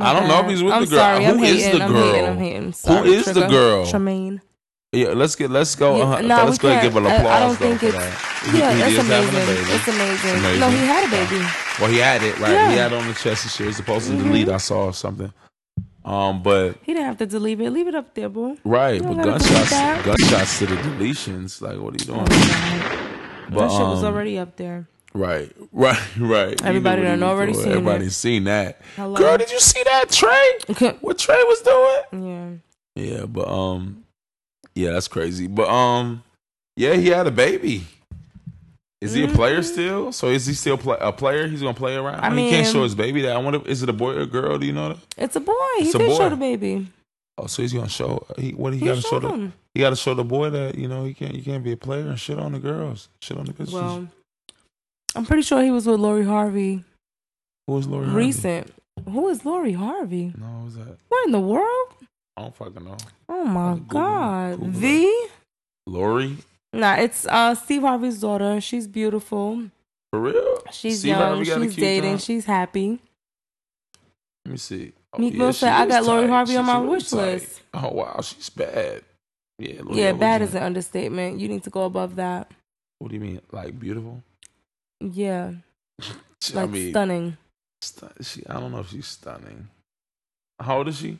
S3: I don't know if
S2: bad.
S3: he's with
S2: I'm
S3: the girl.
S2: Sorry, I'm
S3: Who is
S2: hating,
S3: the
S2: I'm hating,
S3: girl?
S2: I'm hating. Sorry,
S3: is the
S2: Trigger.
S3: girl?
S2: Tremaine.
S3: Yeah, let's get let's go.
S2: Yeah,
S3: uh,
S2: nah,
S3: let's
S2: we
S3: go ahead and
S2: can't.
S3: give an
S2: I- I
S3: applause.
S2: don't
S3: though,
S2: think
S3: for
S2: it's-
S3: that. He-
S2: Yeah,
S3: he
S2: that's
S3: is having a
S2: amazing.
S3: baby.
S2: It's amazing.
S3: Amazing.
S2: No, he had a baby.
S3: Well, he had it right. He
S2: Yeah.
S3: had it on the chest and shit. It was supposed to
S2: Mhm.
S3: delete. I saw or something. Um, but
S2: He didn't have to delete it. Leave it up there, boo.
S3: right,
S2: You
S3: but
S2: don't gotta delete
S3: gunshots,
S2: that.
S3: gunshots to the deletions. Like, what are you
S2: Oh,
S3: doing?
S2: God.
S3: But,
S2: that shit was
S3: um,
S2: already up there.
S3: right, right, right. You
S2: Everybody
S3: knew
S2: done
S3: what he was
S2: already
S3: doing.
S2: seen
S3: Everybody
S2: it.
S3: seen that.
S2: Hello.
S3: Girl, did you see that Trey?
S2: Okay.
S3: What Trey was doing?
S2: yeah.
S3: Yeah, but um, yeah, that's crazy. But um, yeah, he had a baby. Is he a player
S2: Mhm.
S3: still? So is he still play- a player? He's gonna play around.
S2: I
S3: he can't
S2: mean-
S3: show his baby that. I wonder, is it a boy or a girl? Do you know that?
S2: It's a boy. He
S3: It's a
S2: did
S3: boy.
S2: show the baby.
S3: Oh, so he's gonna show. He, what he,
S2: He,
S3: gotta show?
S2: showed
S3: The,
S2: him.
S3: he gotta show the boy that you know he can't. You can't be a player and shit on the girls. Shit on the bitches.
S2: Well, I'm pretty sure he was with Lori Harvey
S3: Who was Lori? Harvey?
S2: recent. Who is Lori Harvey?
S3: No, who was that?
S2: What in the world?
S3: I don't fucking know.
S2: Oh my
S3: Google it.
S2: God.
S3: Google it.
S2: The
S3: Lori,
S2: nah, it's uh Steve Harvey's daughter. She's beautiful.
S3: for real?
S2: She's
S3: See,
S2: young.
S3: Harvey got a
S2: She's
S3: cute
S2: dating.
S3: job.
S2: She's happy.
S3: Let me see. Oh,
S2: Meek Mill
S3: she
S2: said, "I
S3: is
S2: got Lori
S3: tight.
S2: Harvey on
S3: She's
S2: my
S3: really
S2: wish
S3: tight.
S2: list."
S3: Oh wow, she's bad. Yeah, Lori
S2: yeah,
S3: Harvey's
S2: bad
S3: in
S2: is an understatement. You need to go above that.
S3: What do you mean? Like beautiful?
S2: Yeah,
S3: She-
S2: like
S3: I mean,
S2: stunning.
S3: stu- she. I don't know if she's stunning. How old is she?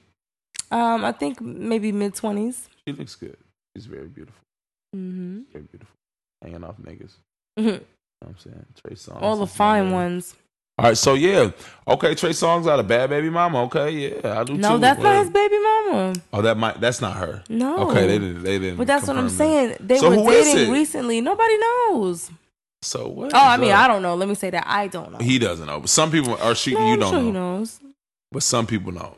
S2: Um, I think maybe mid 20s
S3: She looks good. She's very beautiful.
S2: Mm-hmm.
S3: Very beautiful. Hanging off niggas. You know what I'm saying? Trey Songz.
S2: All the
S3: is my
S2: fine
S3: man.
S2: ones.
S3: All right, so yeah, okay, Trey Songz out of Bad Baby Mama. Okay, yeah, I do.
S2: No,
S3: too.
S2: that's
S3: Word.
S2: not his baby mama.
S3: Oh, that might. That's not her.
S2: No.
S3: Okay, they didn't. They didn't.
S2: But that's what I'm
S3: confirm that.
S2: saying. They
S3: So
S2: were
S3: who is
S2: dating
S3: it?
S2: recently. Nobody knows.
S3: So what?
S2: Oh, I
S3: is
S2: mean,
S3: up?
S2: I don't know. Let me say that I don't know.
S3: He doesn't know, but some people are. She,
S2: no,
S3: you
S2: I'm
S3: don't
S2: sure
S3: know,
S2: he knows.
S3: but some people know.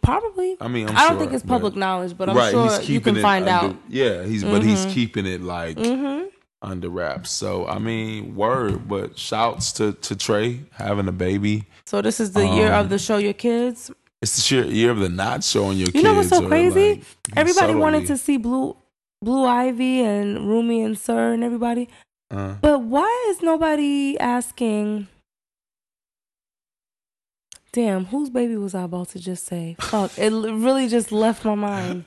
S2: Probably.
S3: I mean, I'm
S2: I don't
S3: sure,
S2: think it's
S3: but-
S2: public knowledge, but I'm
S3: right,
S2: sure
S3: he's
S2: you
S3: keeping
S2: can
S3: it
S2: find
S3: under-
S2: out.
S3: Yeah, he's but he's
S2: Mhm.
S3: keeping it like
S2: Mm-hmm.
S3: under wraps. So I mean, word. But shouts to to Trey having a baby.
S2: So this is the year
S3: Um,
S2: of the show your kids.
S3: It's the sheer year of the not showing your kids.
S2: You know what's so
S3: or,
S2: crazy?
S3: like,
S2: Everybody wanted to
S3: subtly.
S2: see Blue Blue Ivy and Rumi and Sir and everybody.
S3: Uh,
S2: But why is nobody asking? Damn, whose baby was I about to just say? Fuck, it l- really just left my mind.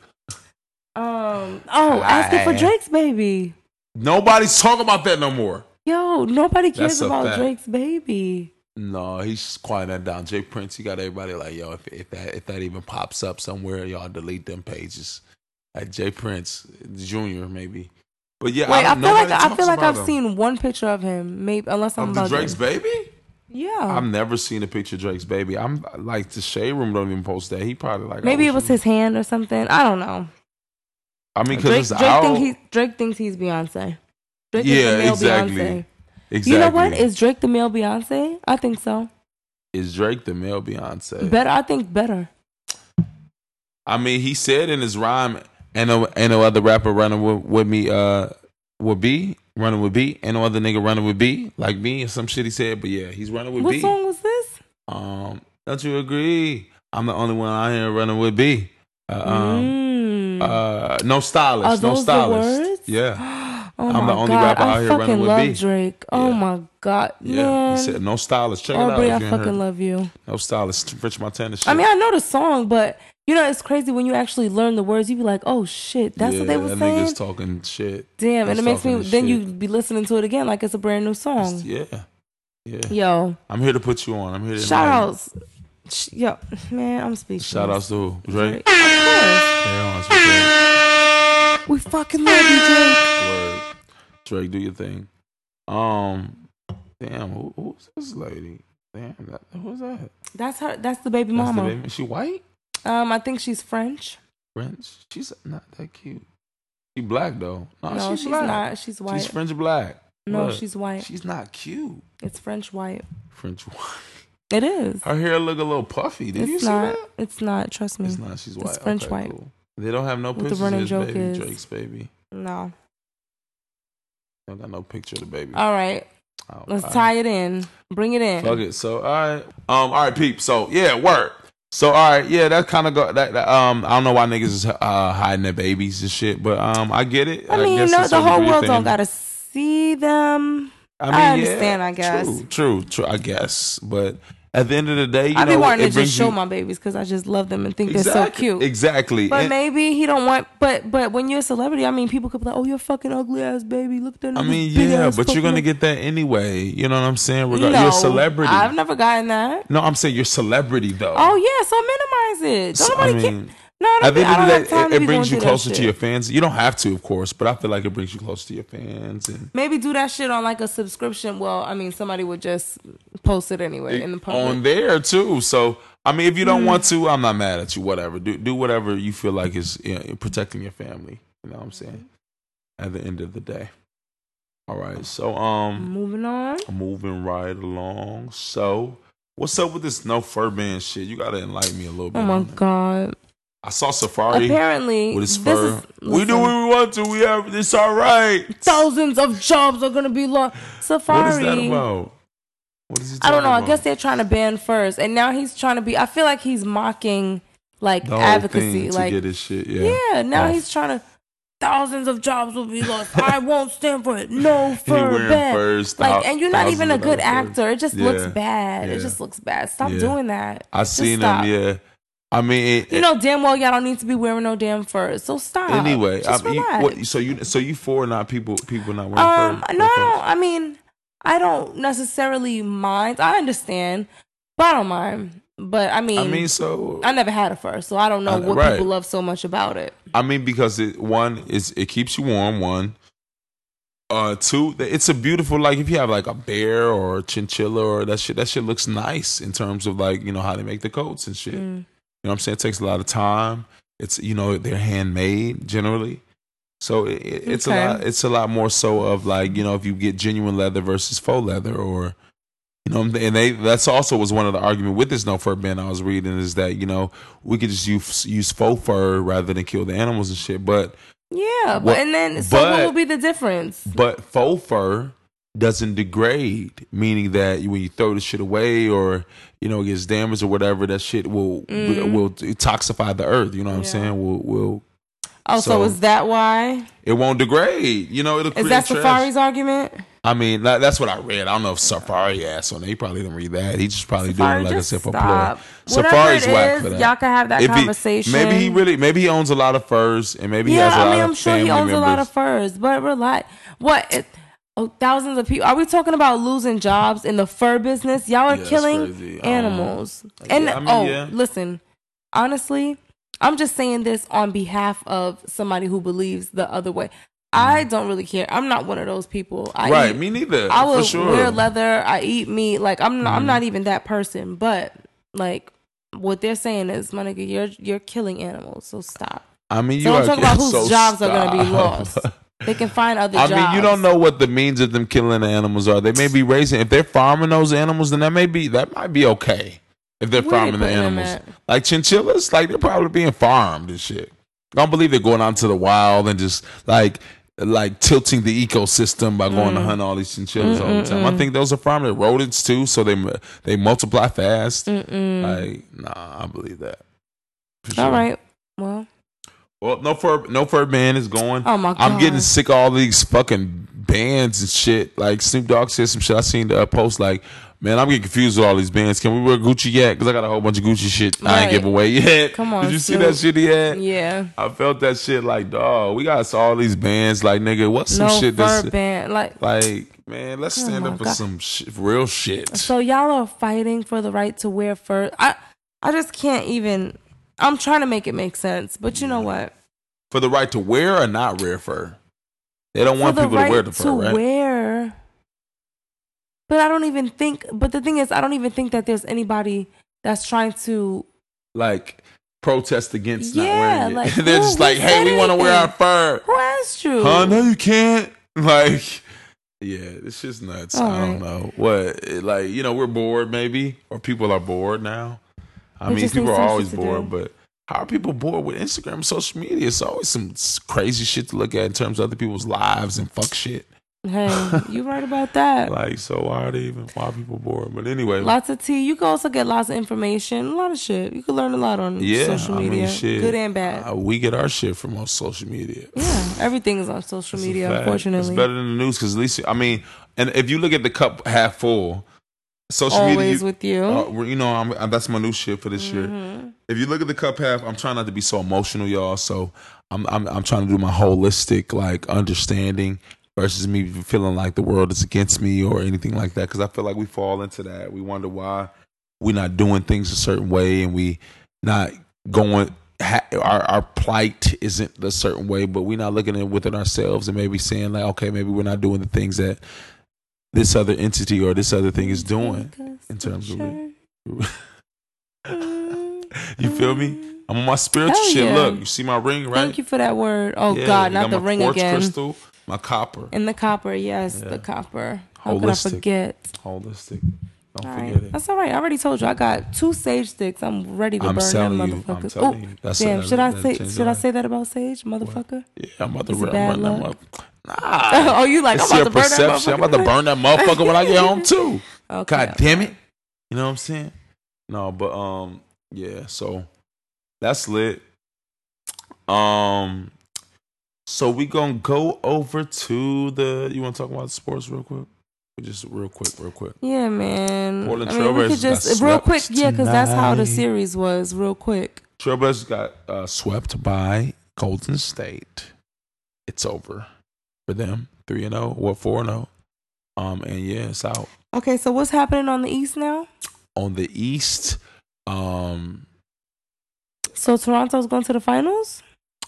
S2: Um, oh, asking for
S3: Hi.
S2: Drake's baby.
S3: nobody's talking about that no more.
S2: Yo, nobody
S3: That's
S2: cares
S3: a
S2: about
S3: fact.
S2: Drake's baby.
S3: No, he's just quieting that down. Jay Prince, he got everybody like, yo, if, if that if that even pops up somewhere, y'all delete them pages. Like Jay Prince Junior, maybe. But yeah,
S2: Wait, I,
S3: don't-
S2: feel like
S3: nobody
S2: I feel
S3: talks
S2: like
S3: about
S2: I've
S3: him.
S2: seen one picture of him. Maybe unless I'm
S3: of the
S2: bugging.
S3: Drake's baby.
S2: Yeah.
S3: I've never seen a picture of Drake's baby. I'm like the shade room don't even post that. He probably like I
S2: Maybe it
S3: wish
S2: was his hand or something. I don't know.
S3: I mean, because
S2: Drake,
S3: it's
S2: Drake,
S3: out.
S2: think he's, Drake thinks he's Beyonce. Drake is
S3: Yeah,
S2: the male
S3: exactly.
S2: Beyonce.
S3: exactly.
S2: You know what? Is Drake the male Beyonce? I think so.
S3: Is Drake the male Beyonce?
S2: Better. I think better.
S3: I mean, he said in his rhyme, "And no, and no other rapper running with, with me uh would be running with B, and no other nigga running with B like me or some shit." He said, but yeah, he's running with
S2: what
S3: B.
S2: song was this?
S3: Um, don't you agree? I'm the only one out here running with B. Uh, um,
S2: Mm.
S3: uh, no stylist,
S2: Are
S3: no
S2: those the
S3: stylist.
S2: words?
S3: Yeah,
S2: oh
S3: I'm
S2: my
S3: the only
S2: God,
S3: rapper
S2: I
S3: out here
S2: fucking
S3: running with
S2: love
S3: B.
S2: Drake. Oh
S3: Yeah.
S2: my God,
S3: yeah.
S2: man.
S3: He said no stylist. Check
S2: Aubrey,
S3: it
S2: I
S3: out. If you ain't
S2: fucking
S3: heard.
S2: love you.
S3: No stylist. Rich Montana. Shit.
S2: I mean, I know the song, but you know, it's crazy when you actually learn the words. You be like, "Oh shit, that's what they
S3: Yeah,
S2: were
S3: that
S2: saying."
S3: Niggas talking shit.
S2: Damn, and
S3: he's
S2: it makes me.
S3: talking his
S2: Then you
S3: shit.
S2: be listening to it again like it's a brand new song.
S3: Yeah. yeah,
S2: Yo,
S3: I'm here to put you on. I'm here to
S2: shout outs. Sh- Yo, man, I'm speaking.
S3: Shout outs to who? Drake.
S2: Of course.
S3: Yeah, that's what
S2: We fucking love you, Drake.
S3: Drake. Word. Drake, do your thing. Um, damn, who, who's this lady? Damn, that, who's that?
S2: That's her. That's the baby
S3: That's the
S2: mama.
S3: baby. She white?
S2: Um, I think she's French.
S3: French? She's not that cute. She black though. No,
S2: No,
S3: she's,
S2: she's
S3: black.
S2: not. She's white.
S3: She's French black.
S2: no,
S3: Look,
S2: she's white.
S3: She's not cute.
S2: It's French white.
S3: French white.
S2: It is.
S3: Her hair look a little puffy. Did
S2: it's
S3: you see
S2: not.
S3: that?
S2: It's not. Trust me.
S3: It's not. She's white.
S2: It's French
S3: Okay,
S2: white.
S3: cool. They don't have no
S2: What the
S3: pictures of
S2: running
S3: his
S2: joke
S3: baby,
S2: is.
S3: Drake's baby.
S2: No.
S3: They don't got no picture of the baby.
S2: All right.
S3: Oh,
S2: Let's
S3: all right.
S2: tie it in. Bring it in.
S3: Fuck it. So all right, um, all right, peep. So yeah, work. So all right, yeah, that kind of go. That, that, um, I don't know why niggas is uh hiding their babies and shit, but um, I get it.
S2: I mean,
S3: guess
S2: no,
S3: it's
S2: the
S3: a
S2: whole
S3: weird
S2: world
S3: thing.
S2: don't gotta see them.
S3: I,
S2: I
S3: yeah,
S2: understand, I guess.
S3: True, true, true. I guess, but at the end of the day, you
S2: I've been
S3: know,
S2: wanting
S3: it
S2: to
S3: brings
S2: just show
S3: you-
S2: my babies because I just love them and think they're so
S3: Exact-
S2: cute.
S3: Exactly.
S2: But
S3: And-
S2: maybe he don't want. But but when you're a celebrity, I mean, people could be like, "Oh, you're a fucking ugly ass baby. Look at that."
S3: I
S2: nigga's
S3: mean,
S2: big
S3: yeah,
S2: ass
S3: but you're gonna
S2: fucking-"
S3: get that anyway. You know what I'm saying? Regard-
S2: no,
S3: you're a celebrity.
S2: I've never gotten that.
S3: no, I'm saying you're a celebrity though.
S2: Oh yeah, so minimize it. Don't
S3: So, I
S2: nobody
S3: mean,
S2: care. No, I
S3: At
S2: don't,
S3: the
S2: think, I
S3: end
S2: don't
S3: of
S2: have
S3: the day,
S2: time
S3: it,
S2: to
S3: it
S2: be
S3: brings you
S2: going through that
S3: closer to
S2: shit.
S3: your fans. You don't have to, of course, but I feel like it brings you close to your fans. And
S2: Maybe do that shit on like a subscription. Well, I mean, somebody would just post it anyway in the public. Hmm.
S3: on there too. So I mean, if you don't want to, I'm not mad at you. Whatever, do do whatever you feel like is you know, protecting your family. You know what I'm saying? At the end of the day. All right. So um,
S2: Moving on.
S3: moving right along. So what's up with this no fur ban shit? You gotta enlighten me a little bit.
S2: Oh my
S3: on it.
S2: god.
S3: I saw Safari
S2: Apparently,
S3: Mm-hmm. with his
S2: this
S3: fur.
S2: is-
S3: we do
S2: listen,
S3: what we want to. We have it's all right.
S2: thousands of jobs are gonna be lost. Safari.
S3: What is that about? What is
S2: I
S3: he talking
S2: don't know. I
S3: about?
S2: guess they're trying to ban furs, and now he's trying to be. I feel like he's mocking like
S3: the whole
S2: advocacy.
S3: thing
S2: Like,
S3: to get his shit. Yeah,
S2: yeah. Now
S3: Oh.
S2: he's trying to. Thousands of jobs will be lost. I won't stand for it. No fur
S3: wearing
S2: ban.
S3: furs,
S2: like,
S3: thou-
S2: and you're not even a
S3: thousands of
S2: good
S3: dollars.
S2: actor. It just looks
S3: Yeah.
S2: bad. It
S3: Yeah.
S2: just looks bad. Stop
S3: Yeah.
S2: doing that.
S3: I
S2: Just
S3: seen him.
S2: stop.
S3: Yeah, I mean, it,
S2: You know damn well y'all don't need to be wearing no damn furs. So stop.
S3: anyway.
S2: Just
S3: I mean, you-
S2: relax.
S3: what, so you so you for not people people not wearing
S2: Um,
S3: fur?
S2: no, I
S3: Okay.
S2: don't. I mean, I don't necessarily mind. I understand, but I don't mind. But I mean,
S3: I mean, so
S2: I never had a fur, so I don't know
S3: I-
S2: what
S3: right.
S2: people love so much about it.
S3: I mean because it one is it keeps you warm. One, uh, two. th- It's a beautiful like if you have like a bear or a chinchilla or that shit. That shit looks nice in terms of like you know how they make the coats and shit.
S2: Mm.
S3: You know what I'm saying? It takes a lot of time. It's you know they're handmade generally, so it, it- it's
S2: Okay.
S3: a lot. It's a lot more so of like you know if you get genuine leather versus faux leather, or you know, and they that's also was one of the argument with this no fur ban I was reading is that you know we could just use use faux fur rather than kill the animals and shit, but
S2: Yeah, but
S3: What-
S2: and then so what
S3: but-
S2: would be the difference?
S3: but faux fur doesn't degrade, meaning that when you throw the shit away or you know it gets damaged or whatever, that shit will
S2: Mm.
S3: will toxify the earth. You know what I'm
S2: Yeah.
S3: saying? Will will
S2: Oh, so,
S3: so-
S2: is that why?
S3: it won't degrade. You know, it'll
S2: Is
S3: create
S2: that
S3: trash.
S2: Safari's argument?
S3: I mean, that, that's what I read. I don't know if Safari ass on it. He probably didn't read that. He just probably
S2: Safari,
S3: doing like I
S2: just
S3: said for
S2: stop.
S3: play.
S2: Whatever
S3: Safari's
S2: it
S3: whack
S2: is,
S3: for that.
S2: y'all can have that
S3: If he-
S2: conversation.
S3: maybe he really, maybe he owns a lot of furs, and maybe he
S2: yeah,
S3: has a lot
S2: I mean,
S3: of
S2: I'm sure
S3: family
S2: he owns
S3: members.
S2: a lot of furs, but relax. What? It, oh, thousands of people. Are we talking about losing jobs in the fur business? Y'all are
S3: Yeah, it's
S2: killing
S3: crazy. Um,
S2: animals. and
S3: yeah, I mean,
S2: oh,
S3: yeah.
S2: listen, honestly, I'm just saying this on behalf of somebody who believes the other way. I don't really care. I'm not one of those people. I
S3: Mm-hmm. right,
S2: eat-
S3: me neither.
S2: I will
S3: for sure. Mm-hmm.
S2: wear leather. I eat meat. Like I'm not, I'm not even that person. But like what they're saying is, my nigga, you're you're killing animals. So stop.
S3: I mean, you
S2: So don't
S3: are
S2: talk about whose
S3: so
S2: jobs are gonna be
S3: stop.
S2: lost. They can find other.
S3: I
S2: jobs.
S3: mean, you don't know what the means of them killing the animals are. They may be raising. If they're farming those animals, then that may be that might be okay. If they're
S2: Where they
S3: farming the
S2: putting them
S3: animals,
S2: at?
S3: like chinchillas, like they're probably being farmed and shit. I don't believe they're going out into the wild and just like like tilting the ecosystem by going to
S2: Mm.
S3: hunt all these chinchillas all the time. I think those are farmed. They're rodents too, so they mu- they multiply fast.
S2: Mm-mm.
S3: Like, nah, I believe that. For
S2: All
S3: sure.
S2: right. Well.
S3: Well, no fur, no fur ban is going.
S2: Oh my god.
S3: I'm getting sick of all these fucking bands and shit. Like Snoop Dogg said some shit. I seen the uh, post like, man, I'm getting confused with all these bands. Can we wear Gucci yet? Because I got a whole bunch of Gucci shit I ain't
S2: Right.
S3: give away yet.
S2: Come on,
S3: Did you see
S2: Snoop.
S3: that shit he had?
S2: Yeah.
S3: I felt that shit like, dog, we got all these bands. Like, nigga, what's some
S2: no
S3: shit
S2: fur
S3: that's
S2: ban. Like.
S3: like, man, let's stand
S2: my
S3: up for
S2: God.
S3: some shit, real shit.
S2: So y'all are fighting for the right to wear fur. I I just can't even. I'm trying to make it make sense, but you know what?
S3: for the right to wear or not wear fur. They don't want
S2: for the
S3: people
S2: right
S3: to wear the fur,
S2: to
S3: right?
S2: wear. But I don't even think. But the thing is, I don't even think that there's anybody that's trying to.
S3: like protest against
S2: Yeah,
S3: not wearing it.
S2: like,
S3: They're
S2: who-
S3: just
S2: who
S3: like, hey,
S2: said
S3: we want to wear our
S2: anything?
S3: fur.
S2: Who asked you?
S3: Huh? No, you can't. Like, yeah, this shit's nuts. I
S2: Alright.
S3: don't know what. it- Like, you know, we're bored, maybe, or people are bored now. I
S2: They
S3: mean,
S2: just need
S3: people are
S2: some shit
S3: always
S2: to
S3: bored,
S2: do.
S3: but how are people bored with Instagram, and social media? It's always some s- crazy shit to look at in terms of other people's lives and fuck shit.
S2: Hey, you right about that.
S3: Like, so why are they even? Why are people bored? But anyway,
S2: Uh, Lots of tea. You can also get lots of information, a lot of shit. You can learn a lot on
S3: yeah,
S2: social media,
S3: I mean, shit,
S2: good and bad.
S3: uh, we get our shit from on social media.
S2: yeah, everything's on social
S3: It's a
S2: media.
S3: fact.
S2: Unfortunately,
S3: it's better than the news because at least I mean, and if you look at the cup half full, social media.
S2: always
S3: you-
S2: with you.
S3: Uh, well, you know, I'm, uh, that's my new shit for this year.
S2: Mhm.
S3: If you look at the cup half, I'm trying not to be so emotional, y'all. So I'm, I'm I'm trying to do my holistic like understanding versus me feeling like the world is against me or anything like that. Because I feel like we fall into that. We wonder why we're not doing things a certain way and we not going. Ha- our our plight isn't a certain way, but we're not looking at within ourselves and maybe saying like, okay, maybe we're not doing the things that this other entity or this other thing is doing. in terms of You feel me? I'm on my spiritual
S2: Hell
S3: shit.
S2: yeah.
S3: Look, you see my ring,
S2: Mm-hmm.
S3: right?
S2: Thank you for that word. Oh
S3: Yeah,
S2: God,
S3: you
S2: not
S3: got
S2: the
S3: my
S2: ring
S3: quartz
S2: again.
S3: Crystal, my copper,
S2: And the copper, yes,
S3: Yeah.
S2: the copper. How could I
S3: Holistic.
S2: forget?
S3: holistic. Don't
S2: All
S3: forget
S2: right,
S3: it.
S2: that's all right. I already told you. I got two sage sticks. I'm ready to
S3: I'm
S2: burn
S3: telling
S2: them,
S3: you. I'm
S2: motherfuckers.
S3: telling you.
S2: Oh,
S3: That's
S2: damn!
S3: another-
S2: Should I
S3: that
S2: say?
S3: changed
S2: Should
S3: my
S2: I
S3: life.
S2: say that about sage, motherfucker?
S3: Yeah, I'm about to
S2: Is it
S3: burn
S2: bad
S3: burn that
S2: luck?
S3: motherfucker. Nah.
S2: oh, you like?
S3: it's
S2: I'm
S3: your
S2: about to burn
S3: perception.
S2: that
S3: I'm about to burn that motherfucker when I get home too.
S2: motherfucker. Okay.
S3: God damn it. You know what I'm saying? No, but um, yeah. So that's lit. Um, so we gonna go over to the. You want to talk about sports real quick? Just real quick, real quick.
S2: Yeah, man.
S3: Portland
S2: I mean, we could
S3: Trailblazers got
S2: just real quick,
S3: swept
S2: yeah, because that's how the
S3: tonight.
S2: series was, real quick.
S3: Trailblazers got uh, swept by Golden State. It's over for them. Three and zero, or four and zero. Um, and yeah, it's out
S2: Okay, so what's happening on the East now?
S3: on the East. Um,
S2: So Toronto's going to the finals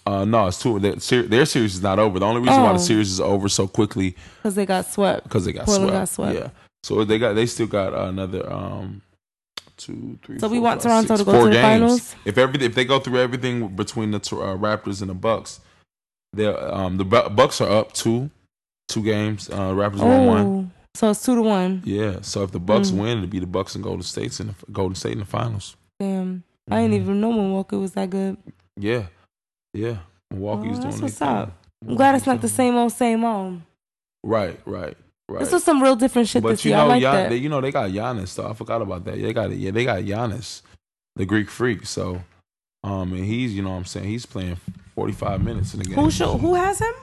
S3: uh, no, it's two. Their, ser- their series is not over. The only reason why the
S2: Oh.
S3: series is over so quickly
S2: because they got swept.
S3: because they got
S2: Portland
S3: swept.
S2: got swept.
S3: Yeah, so they got they still got another um, two, three.
S2: So we
S3: four,
S2: want
S3: five,
S2: Toronto
S3: six,
S2: to go to
S3: four
S2: the
S3: games.
S2: finals?
S3: If every if they go through everything between the Tor- uh, Raptors and the Bucks, they um the Bu- Bucks are up two, two games. Uh, Raptors one one.
S2: Oh, so it's two to one.
S3: Yeah, so if the Bucks
S2: Mm.
S3: win, it'd be the Bucks and Golden State's in the Golden State in the finals.
S2: Damn, I didn't
S3: Mhm.
S2: even know Milwaukee was that good.
S3: Yeah, yeah. Milwaukee's
S2: Oh,
S3: doing
S2: that's what's
S3: their
S2: up.
S3: thing.
S2: I'm glad it's not the
S3: Milwaukee's doing-
S2: same old, same old.
S3: Right, right, right.
S2: This was some real different shit
S3: but
S2: this
S3: you
S2: year.
S3: know,
S2: I like
S3: Gian-
S2: that.
S3: they, you know, they got Giannis. So I forgot about that. They got it. Yeah, they got Giannis, the Greek freak. So, um, and he's, you know, what I'm saying he's playing 45 minutes in the game.
S2: who should, who has him?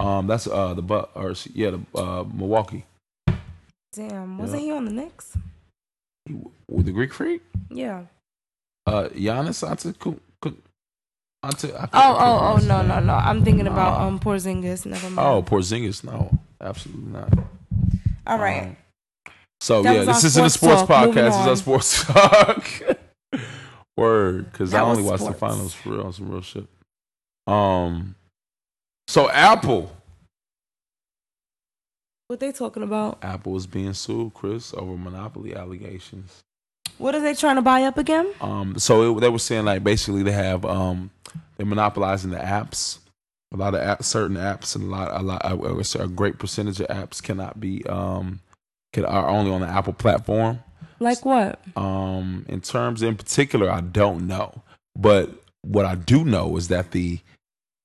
S3: Um, that's uh the but or yeah the uh Milwaukee
S2: Damn, wasn't he on the Knicks?
S3: with the Greek freak.
S2: Yeah.
S3: Uh, Giannis Antetokounmpo. Antetokounmpo.
S2: Oh, oh, oh, no, no, no. I'm thinking about
S3: Nah.
S2: um Porzingis. Never mind.
S3: Oh, Porzingis. No, absolutely not.
S2: all right.
S3: Um, so
S2: That
S3: yeah,
S2: was
S3: this
S2: our
S3: isn't a
S2: sports
S3: sports
S2: talk. Moving
S3: podcast. It's
S2: on.
S3: a sports talk. Word, because I
S2: That was
S3: only watched the
S2: sports.
S3: finals for real, some real shit. Um, so Apple
S2: What they talking about?
S3: Apple is being sued, Chris, over monopoly allegations.
S2: What are they trying to buy up again?
S3: Um, so it, they were saying like basically they have um, they're monopolizing the apps. A lot of app, certain apps and a lot, a lot, a, a great percentage of apps cannot be um, can are only on the Apple platform.
S2: Like what?
S3: Um, in terms in particular, I don't know, but what I do know is that the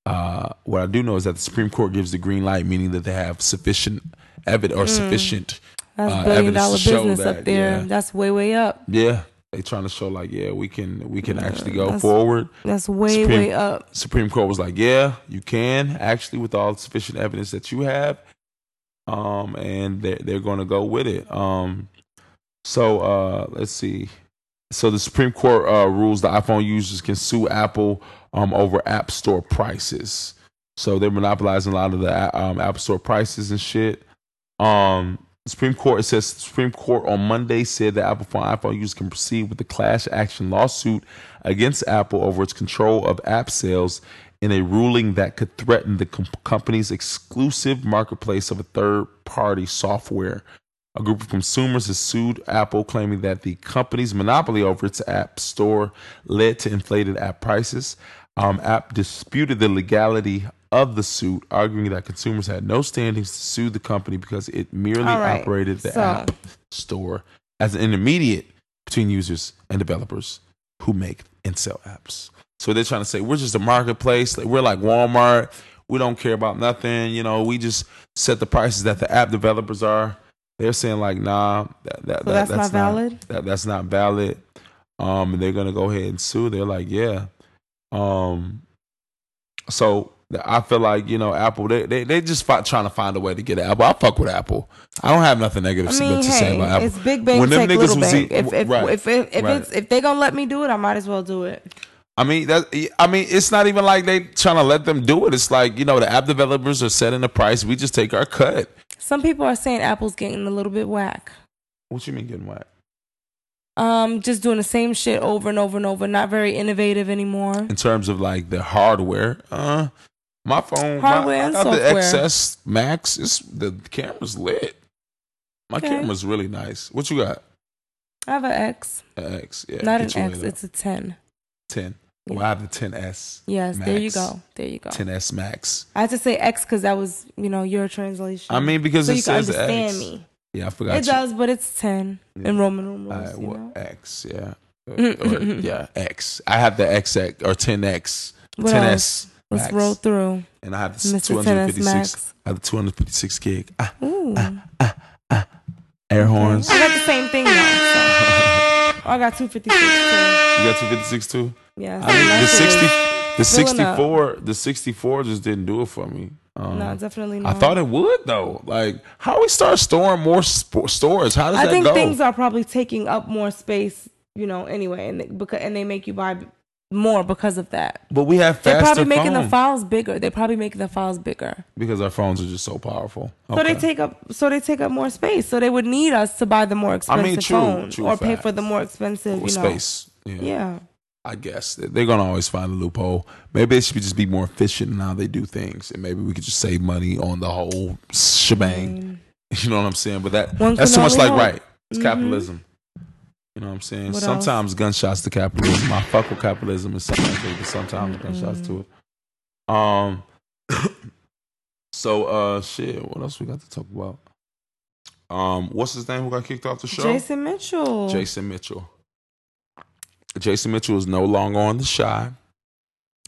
S3: uh, what I do know is that the Supreme Court gives the green light, meaning that they have sufficient evidence or sufficient
S2: That's
S3: uh,
S2: billion dollar
S3: evidence to show
S2: business
S3: that,
S2: up there.
S3: yeah.
S2: That's way way up.
S3: yeah they trying to show like yeah we can we can actually go
S2: that's-
S3: forward.
S2: That's way
S3: Supreme-
S2: way up.
S3: Supreme Court was like yeah you can actually with all sufficient evidence that you have, um and they're they're going to go with it. Um, so uh let's see. So the Supreme Court uh, rules the iPhone users can sue Apple um, over App Store prices. So they're monopolizing a lot of the um, App Store prices and shit. Um, Supreme Court it says Supreme Court on Monday said that Apple phone iPhone users can proceed with the class action lawsuit against Apple over its control of app sales in a ruling that could threaten the com- company's exclusive marketplace of a third-party software. A group of consumers has sued Apple, claiming that the company's monopoly over its app store led to inflated app prices. Um, app disputed the legality of the suit, arguing that consumers had no standings to sue the company because it merely
S2: All right,
S3: operated the
S2: so-
S3: app store as an intermediate between users and developers who make and sell apps. So they're trying to say we're just a marketplace. Like, we're like Walmart. We don't care about nothing. You know, we just set the prices that the app developers are. They're saying like, nah, that, that,
S2: So
S3: that-
S2: that's, not valid.
S3: that, that's not valid. Um, and they're gonna go ahead and sue. They're like, yeah. Um, so th- I feel like you know, Apple. They they they just fi- trying to find a way to get Apple. I fuck with Apple. I don't have nothing negative
S2: I mean,
S3: to say
S2: hey,
S3: about Apple.
S2: it's big bang
S3: When them
S2: take
S3: niggas
S2: little
S3: was
S2: bang.
S3: eat-
S2: if if
S3: right,
S2: if if, if,
S3: right.
S2: it's, if they gonna let me do it, I might as well do it.
S3: I mean that. I mean, it's not even like they trying to let them do it. It's like you know, the app developers are setting the price. We just take our cut.
S2: Some people are saying Apple's getting a little bit whack.
S3: What you mean getting whacked?
S2: Um, just doing the same shit over and over and over. Not very innovative anymore.
S3: in terms of like the hardware. Uh, my phone,
S2: Hardware
S3: my, I
S2: and
S3: got the
S2: software.
S3: XS Max. It's the camera's lit. My
S2: Okay.
S3: camera's really nice. What you got?
S2: I have an X,
S3: An X, yeah.
S2: not
S3: get
S2: an
S3: you
S2: X.
S3: one of
S2: It's a ten.
S3: them. ten. Well, I have the 10s.
S2: Yes, there you
S3: Max.
S2: go. There you go.
S3: 10s Max.
S2: I had to say X because that was you know your translation.
S3: I mean, because
S2: so
S3: it
S2: you can
S3: says
S2: understand
S3: X.
S2: me.
S3: Yeah, I forgot.
S2: it
S3: you.
S2: does, but it's ten in Roman
S3: All
S2: numerals.
S3: right,
S2: you
S3: well,
S2: know?
S3: X, yeah. Or- or- yeah, X. I have the XX or 10X,
S2: What
S3: 10s.
S2: else? Let's
S3: Max.
S2: roll through.
S3: And I have the
S2: Mr.
S3: 256.
S2: 10s Max.
S3: I have the 256 gig. Ah,
S2: Ooh.
S3: air horns.
S2: I got the same thing now. So. Oh, I got 256 too.
S3: You got 256 too?
S2: Yeah. so
S3: I mean, the
S2: that's it.
S3: sixty, the
S2: filling up.
S3: sixty-four, the sixty-four just didn't do it for me. Um,
S2: No, definitely
S3: I
S2: not.
S3: thought it would though. Like, how we start storing more sp- storage? How does
S2: I
S3: that
S2: think
S3: go?
S2: things are probably taking up more space, you know, anyway, and they, because and they make you buy more because of that.
S3: but we have
S2: They're
S3: faster
S2: probably making the
S3: phones
S2: files bigger. They're probably making the files bigger.
S3: because our phones are just so powerful.
S2: So they
S3: Okay.
S2: take up so they take up more space. So they would need us to buy the more expensive
S3: true-
S2: phone
S3: true
S2: or pay
S3: facts.
S2: for the more expensive,
S3: With
S2: you know.
S3: space. Yeah.
S2: Yeah.
S3: I guess They- they're gonna always find a loophole. Maybe they should just be more efficient in how they do things, and maybe we could just save money on the whole shebang. You know what I'm saying? But that
S2: Mm-hmm. One
S3: that's
S2: can
S3: so much
S2: only
S3: like
S2: hope. Mm-hmm.
S3: right. It's capitalism. You know what I'm saying?
S2: What else?
S3: sometimes gunshots to capitalism. I fuck with capitalism and sometimes, but sometimes gunshots
S2: Mm-hmm.
S3: to it. Um. so uh, shit. What else we got to talk about? Um, what's his name who got kicked off the show?
S2: Jason Mitchell.
S3: Jason Mitchell. Jason Mitchell is no longer on the shy.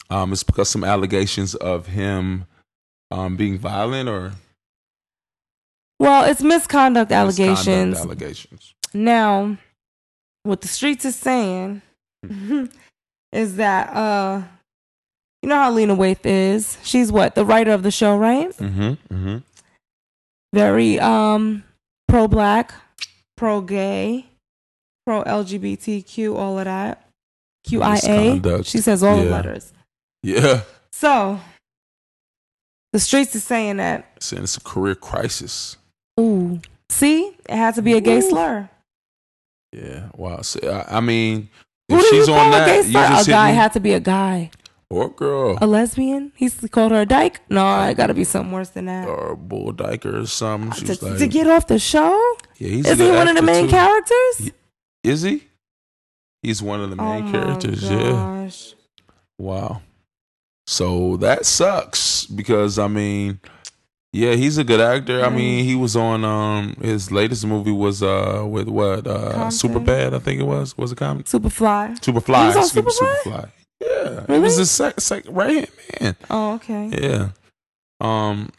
S3: Um, it's because some allegations of him um being violent or
S2: Well, it's misconduct allegations.
S3: misconduct allegations.
S2: Now, what the streets is saying is that uh you know how Lena Waithe is. She's what, the writer of the show, right?
S3: Mm-hmm. Mm-hmm.
S2: Very um pro black, pro gay, pro LGBTQ, all of that. QIA.
S3: Misconduct.
S2: She says all the
S3: Yeah.
S2: letters.
S3: Yeah.
S2: So the streets is saying that,
S3: saying it's a career crisis.
S2: ooh, see, it had to be a gay
S3: Ooh.
S2: slur.
S3: Yeah. Wow. So, I, I mean,
S2: Who
S3: if
S2: do
S3: she's
S2: you
S3: on
S2: call a
S3: that,
S2: gay
S3: you
S2: slur? A
S3: just hit
S2: guy
S3: me-
S2: had to be a guy.
S3: Poor girl.
S2: A lesbian? He's called her a dyke? No, I gotta be something worse than that. Uh,
S3: Or a bull dyker or something. She
S2: To,
S3: was Oh, like,
S2: to get off the show?
S3: yeah, he's a
S2: Is he
S3: good
S2: one of the
S3: actor,
S2: main
S3: too.
S2: characters?
S3: He- Is he? He's one of the
S2: Oh
S3: main characters. Yeah.
S2: gosh.
S3: Wow. So that sucks because I mean, yeah, he's a good actor. I mean, he was on um his latest movie was uh with what uh
S2: Compton.
S3: Superbad I think it was was it comedy
S2: Superfly.
S3: Superfly
S2: He was on
S3: excuse me,
S2: Superbad?
S3: Superfly yeah it
S2: Really?
S3: was his sec- sec- right hand man
S2: Oh, okay.
S3: yeah um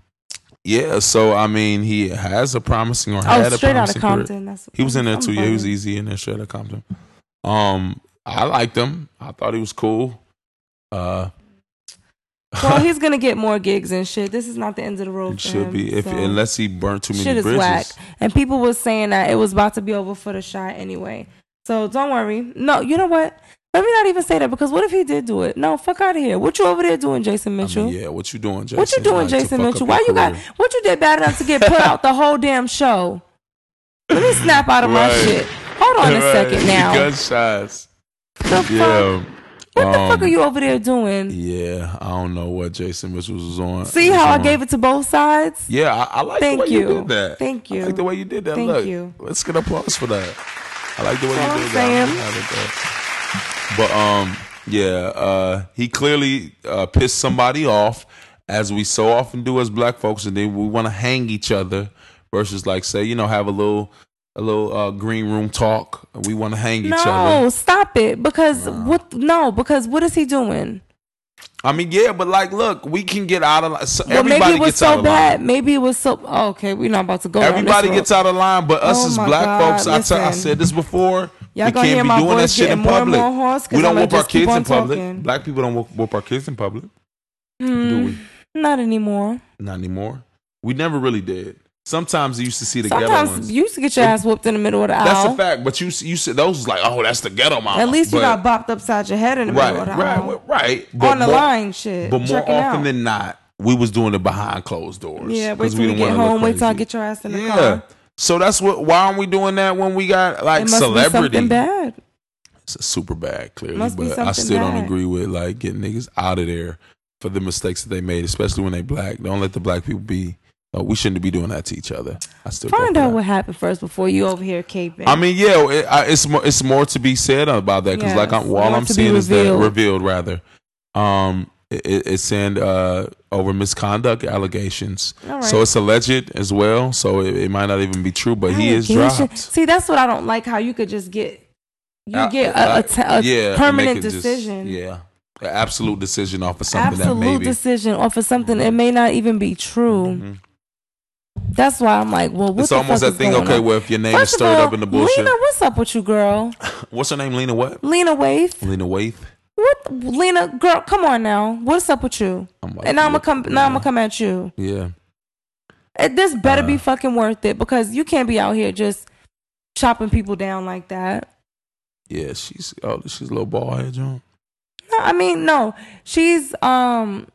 S3: yeah so I mean he has a promising or
S2: Oh,
S3: had a
S2: straight out
S3: promising
S2: of
S3: career.
S2: Compton. That's
S3: He was in there
S2: I'm
S3: too. Yeah, he was
S2: funny.
S3: easy in there, straight out Compton. Um, I liked him. I thought he was cool. Uh,
S2: Well, he's gonna get more gigs and shit. This is not the end of the road.
S3: it
S2: for
S3: should
S2: him,
S3: be if
S2: so.
S3: unless he burnt too many
S2: shit is
S3: bridges.
S2: whack. And people was saying that it was about to be over for the shot anyway. So don't worry. No, you know what? Let me not even say that because what if he did do it? No, fuck out of here. What you over there doing, Jason
S3: I
S2: Mitchell?
S3: mean, yeah, what you doing, Jason?
S2: What you doing,
S3: Like, to
S2: Jason
S3: fuck up
S2: Mitchell?
S3: your
S2: Why you got
S3: career.
S2: what you did bad enough to get put out the whole damn show? Let me snap out of my
S3: Right.
S2: shit. Hold on a second
S3: Right.
S2: now.
S3: Gunshots.
S2: the fuck?
S3: Yeah.
S2: What the fuck
S3: Um,
S2: are you over there doing?
S3: Yeah, I don't know what Jason Mitchell was on.
S2: See
S3: was
S2: how I
S3: on.
S2: gave it to both sides?
S3: Yeah, I, I like
S2: Thank
S3: the way you.
S2: you.
S3: did that.
S2: Thank
S3: I
S2: you.
S3: like the way you did that.
S2: Thank
S3: Look,
S2: you.
S3: let's get applause for that. I like the way
S2: That's all
S3: you
S2: I'm
S3: did
S2: saying.
S3: that. I'm happy with that. But um, yeah, uh, he clearly uh, pissed somebody off, as we so often do as black folks, and then we want to hang each other versus like say you know have a little a little uh, green room talk. We want to hang each
S2: No,
S3: other.
S2: stop it. Because what no, because what is he doing?
S3: I mean, yeah, but like, look, we can get out of line. So
S2: Well,
S3: everybody
S2: maybe it was
S3: gets out
S2: so
S3: of line.
S2: bad. Maybe it was so. oh, okay, we're not about to go.
S3: Everybody gets out of line, but us
S2: Oh
S3: as
S2: my
S3: black
S2: God,
S3: folks, I tell- I
S2: listen.
S3: said this before.
S2: Y'all
S3: we
S2: gonna hear
S3: can't
S2: my
S3: be doing that
S2: voice
S3: shit in
S2: getting more and
S3: public.
S2: more hoarse 'cause
S3: we don't
S2: I'ma
S3: whoop our
S2: just keep
S3: kids
S2: on
S3: in public.
S2: talking.
S3: Black people don't whoop, whoop our kids in public, do we?
S2: Hmm, Not anymore.
S3: Not anymore. We never really did. Sometimes you used to see the ghetto
S2: Sometimes
S3: ones.
S2: you used to get your ass whooped in the middle of the
S3: that's a
S2: aisle.
S3: fact. But you you said those was like, oh, that's the ghetto mama.
S2: At least you
S3: But-
S2: got bopped upside your head in the
S3: right,
S2: middle of the
S3: right,
S2: aisle.
S3: right.
S2: On the line, shit.
S3: But more
S2: Checking
S3: often
S2: out.
S3: than not, we was doing it behind closed doors.
S2: yeah, wait
S3: 'cause
S2: till we,
S3: didn't
S2: get
S3: wanna look
S2: home. Wait till I
S3: crazy.
S2: get your ass in the
S3: yeah.
S2: car.
S3: So that's what. Why aren't we doing that when we got
S2: It
S3: like
S2: must be
S3: celebrity?
S2: something bad.
S3: it's a super bad clearly
S2: Must be
S3: but i
S2: something
S3: still don't
S2: bad.
S3: agree with like getting niggas out of there for the mistakes that they made especially when they black don't let the black people be uh, we shouldn't be doing that to each other i still go
S2: Find
S3: for
S2: out
S3: that.
S2: what happened first before you over here caping.
S3: I mean, yeah, it, I, it's more it's more to be said about that because like
S2: Yes,
S3: I'm, all
S2: more
S3: I'm
S2: to be
S3: seeing is that
S2: revealed.
S3: revealed rather. Um, it, it- it's saying uh over misconduct allegations,
S2: All right.
S3: so it's alleged as well. So it, it might not even be true, but he is
S2: Allegation.
S3: dropped.
S2: See, that's what I don't like. How you could just get you
S3: I-
S2: get a,
S3: I-
S2: a t- a
S3: Uh, yeah,
S2: permanent
S3: make it just-
S2: decision.
S3: yeah, an absolute decision off of something
S2: absolute
S3: that maybe.
S2: decision or for something that may not even be true.
S3: Mhm.
S2: That's why I'm like, well, what
S3: It's
S2: the fuck
S3: almost that
S2: is
S3: thing.
S2: going
S3: Okay,
S2: on?
S3: where if your name
S2: First
S3: is
S2: of
S3: stirred
S2: all,
S3: up in the bullshit,
S2: Lena, what's up with you, girl?
S3: what's her name? Lena what?
S2: Lena Waith.
S3: Lena Waith.
S2: What, Lena, girl? Come on now. What's up with you?
S3: I'm like,
S2: and now I'm gonna
S3: look,
S2: come. Now I'm gonna come at you.
S3: Yeah,
S2: Uh, This better be fucking worth it because you can't be out here just chopping people down like that.
S3: yeah. She's oh, she's a little bald head, John.
S2: No, I mean, no. She's um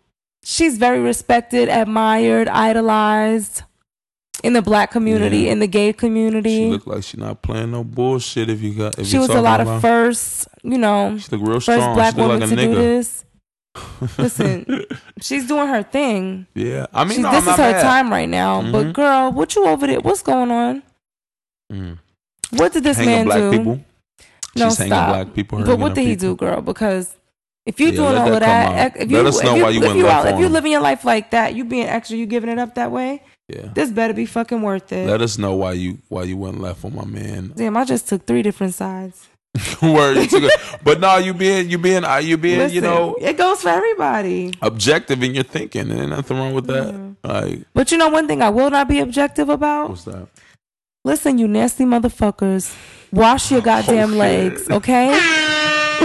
S2: she's very respected, admired, idolized in the black community,
S3: Yeah.
S2: in the gay
S3: She
S2: community.
S3: look like she not playing no bullshit. If you got, if
S2: She,
S3: you're
S2: was a
S3: talking
S2: lot of
S3: about-
S2: first, you know,
S3: She look real
S2: first
S3: strong.
S2: black
S3: she look
S2: woman
S3: like a
S2: to do
S3: nigga.
S2: this. Listen, she's doing her thing.
S3: Yeah, I mean,
S2: She,
S3: no,
S2: this
S3: I'm not
S2: is her
S3: mad.
S2: time right now. But
S3: Mhm.
S2: girl, what you over there? What's going on?
S3: Mm.
S2: What did this
S3: Hanging
S2: man
S3: black
S2: do?
S3: people.
S2: No,
S3: She's hanging
S2: stop.
S3: black people,
S2: But
S3: hanging
S2: what
S3: up
S2: did he
S3: people.
S2: do, girl? Because if you
S3: Yeah,
S2: doing
S3: let
S2: all
S3: that
S2: of
S3: come
S2: that,
S3: out.
S2: if you
S3: Let us know
S2: if you,
S3: why you
S2: if
S3: went
S2: you
S3: left
S2: out, if
S3: on
S2: you
S3: him.
S2: living your life like that, you being extra, you giving it up that way.
S3: Yeah.
S2: This better be fucking worth it.
S3: Let us know why you why you went left on my man.
S2: Damn, I just took three different sides.
S3: Word, you took it. but no, you being you being uh, you being you
S2: Listen,
S3: know
S2: it goes for everybody.
S3: objective in your thinking. And ain't nothing wrong with that.
S2: Mm-hmm.
S3: Like,
S2: But you know one thing I will not be objective about.
S3: what's that?
S2: Listen, you nasty motherfuckers, wash your goddamn
S3: Oh, shit. Oh,
S2: legs, okay?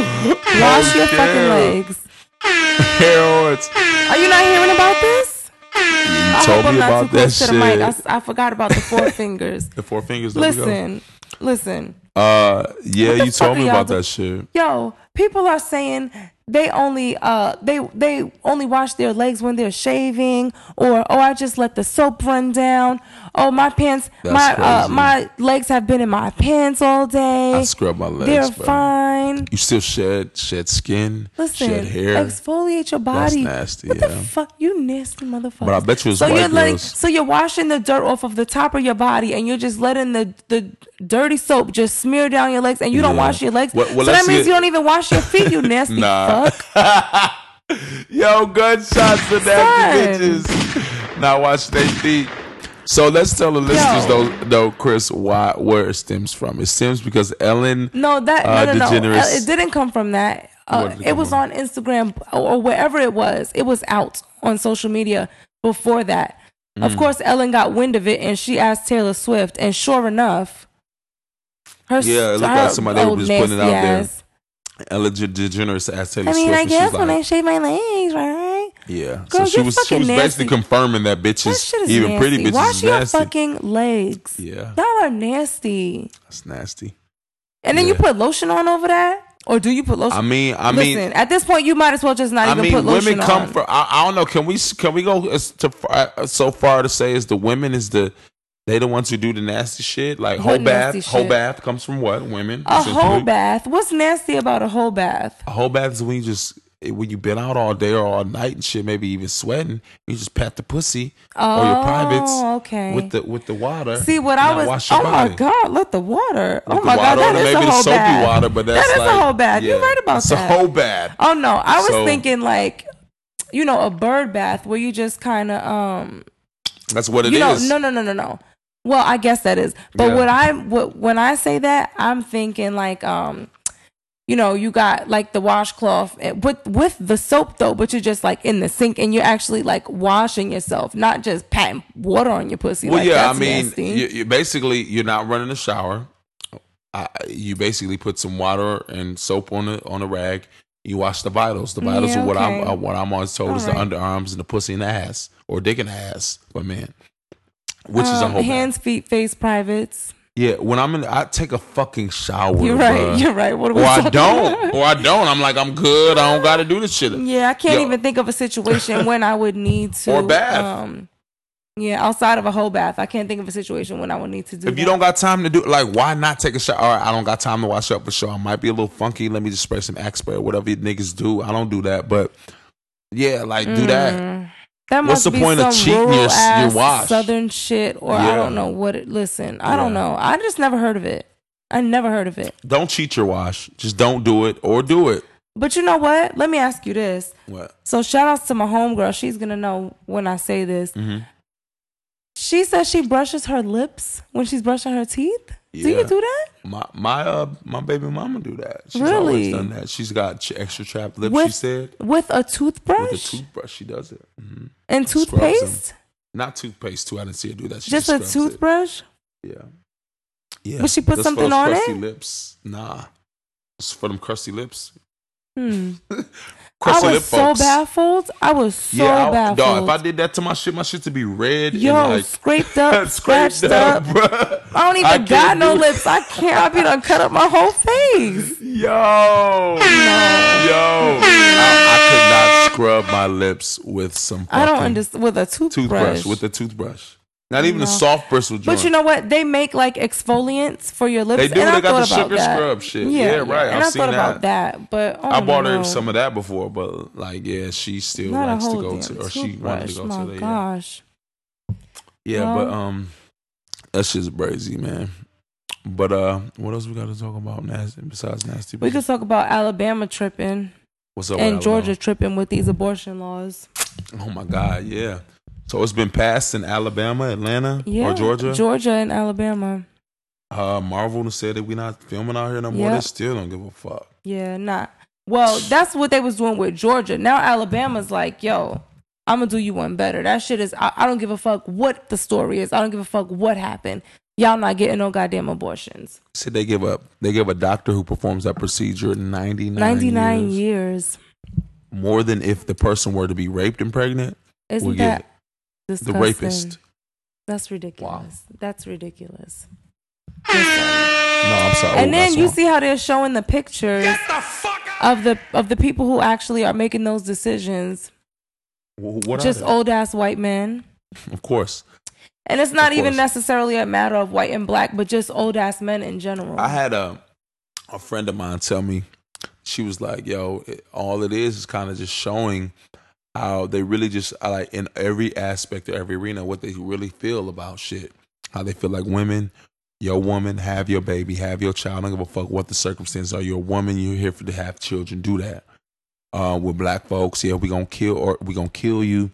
S2: wash your fucking
S3: damn.
S2: legs.
S3: Harold's.
S2: Are you not hearing about this?
S3: You
S2: I
S3: told
S2: hope I'm
S3: me
S2: not too
S3: about that
S2: close to the mic. I
S3: shit.
S2: s- I forgot about the four fingers.
S3: The four fingers. There we go.
S2: Listen, listen.
S3: Uh, yeah,
S2: What the
S3: you
S2: fuck
S3: told
S2: are
S3: me
S2: y'all
S3: about
S2: do-
S3: that shit.
S2: Yo, people are saying they only uh they they only wash their legs when they're shaving or oh I just let the soap run down. Oh my pants
S3: That's
S2: my uh,
S3: crazy.
S2: my legs have been in my pants all day.
S3: I scrub my legs.
S2: they're
S3: bro.
S2: fine.
S3: You still shed shed skin,
S2: Listen,
S3: shed hair.
S2: exfoliate your body.
S3: nasty,
S2: What
S3: yeah.
S2: the fuck? You nasty motherfucker.
S3: But I bet you it's
S2: so
S3: white
S2: you're letting,
S3: girls.
S2: so you're washing the dirt off of the top of your body, and you're just letting the the dirty soap just smear down your legs, and you don't
S3: Yeah.
S2: wash your legs.
S3: Well- well,
S2: so that
S3: let's
S2: means
S3: get-
S2: you don't even wash your feet. You nasty
S3: Nah.
S2: fuck.
S3: Yo, gunshots to nasty
S2: Son.
S3: bitches. Now watch they feet. So let's tell the listeners
S2: Yo.
S3: though, though Chris, why where it stems from. It stems because Ellen.
S2: No, that
S3: Uh,
S2: no no no.
S3: DeGeneres.
S2: Uh, It didn't come from that.
S3: Where
S2: Uh,
S3: did it
S2: it
S3: come
S2: was
S3: from?
S2: on Instagram or or wherever it was. It was out on social media before that.
S3: Mm.
S2: Of course, Ellen got wind of it, and she asked Taylor Swift, and sure enough, her
S3: Yeah, it looked like somebody
S2: old
S3: was just putting it out
S2: nasty
S3: there.
S2: ass.
S3: Ellen De- DeGeneres asked Taylor
S2: I mean,
S3: Swift.
S2: I
S3: and she
S2: guess
S3: was
S2: when I
S3: like,
S2: shave my legs, right?
S3: yeah.
S2: Girl,
S3: so she
S2: you're
S3: was she
S2: fucking
S3: was basically
S2: nasty.
S3: confirming that bitches,
S2: That shit is
S3: even
S2: nasty.
S3: pretty bitches,
S2: Wash
S3: is
S2: your
S3: nasty.
S2: fucking legs.
S3: Yeah.
S2: Y'all are nasty.
S3: That's nasty.
S2: And then you
S3: Yeah.
S2: put lotion on over that, or do you put lotion?
S3: I mean, I mean,
S2: Listen, at this point, you might as well just not
S3: I
S2: even
S3: mean,
S2: put lotion
S3: women come
S2: on.
S3: from. I, I don't know. Can we can we go as to far, uh, so far to say is the women is the they the ones who do the nasty shit like
S2: What
S3: whole bath.
S2: nasty
S3: Whole
S2: shit?
S3: bath comes from what women?
S2: a
S3: essentially.
S2: whole bath. What's nasty about a whole bath?
S3: A whole bath is when you just eh, when you been out all day or all night and shit, maybe even sweating. You just pat the pussy or your
S2: Oh,
S3: privates
S2: okay.
S3: with the with the water.
S2: See what
S3: and
S2: I
S3: now
S2: was?
S3: wash your
S2: Oh
S3: body.
S2: my god! Let the water. oh
S3: With
S2: my
S3: the
S2: god!
S3: water
S2: That
S3: or
S2: is
S3: maybe
S2: a
S3: the
S2: whole
S3: soapy
S2: bath.
S3: water, but that's
S2: that is a
S3: like-
S2: whole bath. You're
S3: yeah,
S2: right about
S3: it's
S2: that.
S3: a whole bath.
S2: Oh no, I was
S3: So-
S2: thinking like, you know, a bird bath where you just kind of um,
S3: That's what it is.
S2: you know, no, no, no, no, no. Well, I guess that is. But
S3: Yeah.
S2: what I what when I say that, I'm thinking like um, you know, you got like the washcloth eh, with with the soap though, but you're just like in the sink and you're actually like washing yourself, not just patting water on your pussy.
S3: Well,
S2: Like,
S3: yeah,
S2: that's
S3: I mean,
S2: nasty.
S3: you, you basically you're not running a shower. I, you basically put some water and soap on the on a rag. You wash the vitals. The vitals
S2: Yeah,
S3: are what I'm
S2: okay.
S3: uh, what I'm always told is
S2: Alright.
S3: the underarms and the pussy and the ass or dick and ass for men, which is a
S2: Um,
S3: whole
S2: hands, feet, face, privates.
S3: Yeah, when I'm in, I take a fucking shower.
S2: You're right.
S3: bruh.
S2: You're right. What are we
S3: Or I
S2: talking
S3: don't.
S2: about?
S3: Or I don't. I'm like I'm good. I don't got to do this shit.
S2: Yeah, I can't
S3: Yo.
S2: even think of a situation when I would need to
S3: Or bath.
S2: Um, yeah, outside of a whole bath, I can't think of a situation when I would need to do.
S3: If you
S2: that.
S3: don't got time to do like, why not take a shower? All right, I don't got time to wash up for sure. I might be a little funky. Let me just spray some axe spray, whatever you niggas do. I don't do that, but yeah, like do
S2: Mm.
S3: that.
S2: That must
S3: What's the
S2: be
S3: point
S2: some
S3: of cheating your-
S2: rural
S3: your
S2: ass
S3: watch?
S2: Southern shit, or I
S3: Yeah.
S2: don't know what it. Listen, I don't
S3: Yeah.
S2: know. I just never heard of it. I never heard of it.
S3: Don't cheat your wash. Just don't do it or do it.
S2: But you know what? Let me ask you this.
S3: What?
S2: So shout outs to my homegirl. She's gonna know when I say this.
S3: Mhm.
S2: She says she brushes her lips when she's brushing her teeth. Do
S3: Yeah.
S2: you do that?
S3: My my uh my baby mama do that. She's always
S2: Really?
S3: done that. She's got ch- extra trap lips. she
S2: With-
S3: said
S2: With a toothbrush
S3: with a toothbrush. She does it. hmm
S2: and
S3: Scrubs
S2: toothpaste?
S3: Not toothpaste too. I didn't see her do that. She
S2: Just a
S3: scrubs it.
S2: toothbrush?
S3: Yeah. Yeah.
S2: But she put
S3: That's
S2: something
S3: for those
S2: on
S3: crusty
S2: it?
S3: Lips. Nah. It's for them crusty lips.
S2: Hmm.
S3: Crusty
S2: I
S3: lip
S2: was so
S3: folks.
S2: baffled. I was so
S3: yeah, I,
S2: baffled.
S3: dog, if I did that to my shit, my shit to be red
S2: Yo,
S3: and like
S2: scraped up,
S3: scratched
S2: scratched up.
S3: bruh.
S2: I don't even
S3: I
S2: got
S3: can't
S2: no
S3: do it.
S2: lips. I can't. I be done cut up my whole face.
S3: Yo, yo, I, I could not scrub my lips with some.
S2: I don't
S3: fucking
S2: understand with a toothbrush.
S3: Toothbrush with a toothbrush, not even a
S2: No.
S3: soft bristle joint.
S2: but you know what? They make like exfoliants for your lips.
S3: They do.
S2: And
S3: They
S2: I
S3: got
S2: thought
S3: the
S2: about
S3: sugar
S2: that.
S3: scrub shit. Yeah, right.
S2: And
S3: I've
S2: I
S3: seen
S2: thought about that, but oh,
S3: I bought her
S2: no.
S3: some of that before, but like, yeah, she still
S2: Not
S3: likes
S2: a
S3: to
S2: whole
S3: go
S2: damn
S3: to, or she wanted to
S2: toothbrush.
S3: go
S2: My
S3: to the. Yeah,
S2: gosh.
S3: yeah but
S2: Well.
S3: um, that shit's brazy, man. But uh, what else we got to talk about nasty besides nasty?
S2: We
S3: bitches?
S2: could talk about Alabama tripping
S3: What's up with
S2: and
S3: Alabama?
S2: Georgia tripping with these abortion laws.
S3: Oh my God, yeah. So it's been passed in Alabama, Atlanta,
S2: Yeah,
S3: or Georgia.
S2: Georgia and Alabama.
S3: uh, Marvel done said that we not filming out here no more.
S2: Yeah.
S3: They still don't give a fuck.
S2: Yeah, not. Well, that's what they was doing with Georgia. Now Alabama's like, yo, I'm gonna do you one better. That shit is. I, I don't give a fuck what the story is. I don't give a fuck what happened. Y'all not getting no goddamn abortions.
S3: Said they give up. They give a doctor who performs that procedure ninety nine
S2: Ninety nine
S3: years.
S2: years.
S3: more than if the person were to be raped and pregnant.
S2: Isn't
S3: We'll
S2: that
S3: The
S2: disgusting?
S3: rapist.
S2: That's ridiculous. That's ridiculous.
S3: No, I'm sorry.
S2: and
S3: That's
S2: then you
S3: Oh, wrong.
S2: see how they're showing the pictures.
S4: the fuck
S2: of the of the people who actually are making those decisions.
S3: Wh- What are
S2: just
S3: they?
S2: old ass white men.
S3: Of course.
S2: And it's not
S3: Of
S2: even
S3: course.
S2: necessarily a matter of white and black, but just old ass men in general.
S3: I had a a friend of mine tell me she was like, "Yo, it, all it is is kind of just showing how they really just are like in every aspect of every arena what they really feel about shit. How they feel like women, your woman, have your baby, have your child. I don't give a fuck what the circumstances are. You're a woman. You're here for to have children. Do that." Uh, with black folks, yeah, we gonna kill or we gonna kill you.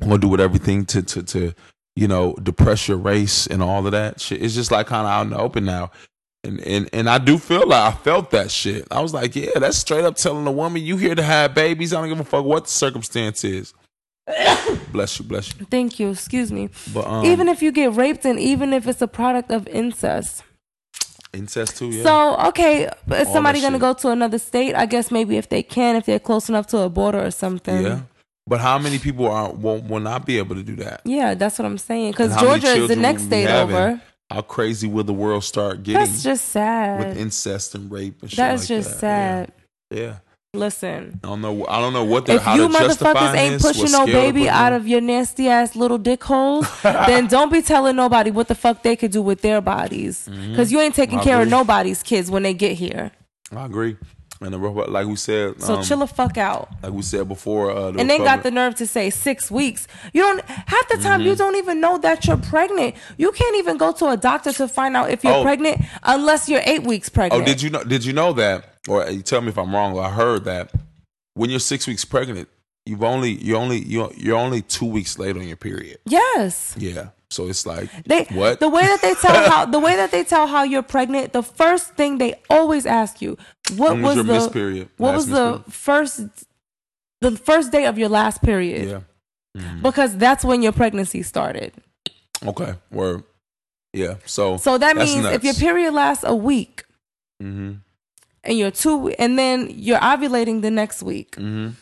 S3: We're gonna do with everything to to to you know depress your race and all of that shit. It's just like kind of out in the open now and and and I do feel like I felt that shit. I was like, yeah, that's straight up telling a woman you here to have babies. I don't give a fuck what the circumstance is. bless you, bless you.
S2: Thank you. Excuse me.
S3: But um,
S2: even if you get raped and even if it's a product of incest.
S3: incest too, yeah.
S2: So, okay, but is
S3: All
S2: somebody
S3: that
S2: going to
S3: shit.
S2: go to another state? I guess maybe if they can, if they're close enough to a border or something.
S3: yeah. But how many people are will will not be able to do that?
S2: Yeah, that's what I'm saying.
S3: And
S2: Because
S3: how many
S2: Georgia is the
S3: children
S2: next
S3: we
S2: state
S3: having?
S2: over.
S3: How crazy will the world start getting
S2: That's just sad.
S3: with incest and rape and shit
S2: That's
S3: like
S2: just
S3: that?
S2: sad.
S3: Yeah. Yeah.
S2: Listen.
S3: I don't know. I don't know what they're
S2: If
S3: how
S2: you
S3: to justify
S2: motherfuckers ain't
S3: this, what
S2: pushing no
S3: scale to
S2: baby
S3: put
S2: out
S3: it
S2: of your nasty ass little dick holes, then don't be telling nobody what the fuck they could do with their bodies.
S3: Mm-hmm.
S2: Because you ain't taking
S3: I
S2: care of
S3: agree.
S2: nobody's kids when they get here.
S3: on. I agree. And the robot, like we said,
S2: So
S3: um,
S2: chill the fuck out.
S3: like we said before, uh, the
S2: and they got
S3: Republic-
S2: the nerve to say six weeks. You don't half the time
S3: Mm-hmm.
S2: you don't even know that you're pregnant. You can't even go to a doctor to find out if you're
S3: Oh.
S2: pregnant unless you're eight weeks
S3: Oh,
S2: pregnant.
S3: did you know? Did you know that? Or uh, you tell me if I'm wrong. Or I heard that when you're six weeks pregnant, you've only you only you're, you're only two weeks late on your period.
S2: Yes.
S3: Yeah. So it's like
S2: They
S3: what
S2: the way that they tell how the way that they tell how you're pregnant, the first thing they always ask you, what
S3: When was
S2: was,
S3: your
S2: the
S3: missed period?
S2: What
S3: Last
S2: was
S3: missed
S2: the
S3: period?
S2: first the first day of your last period?
S3: Yeah. Mm-hmm.
S2: Because that's when your pregnancy started.
S3: Okay. Word. Yeah. So
S2: So that
S3: that's
S2: means if your
S3: nuts.
S2: period lasts a week
S3: Mhm.
S2: and you're two and then you're ovulating the next week.
S3: Mhm.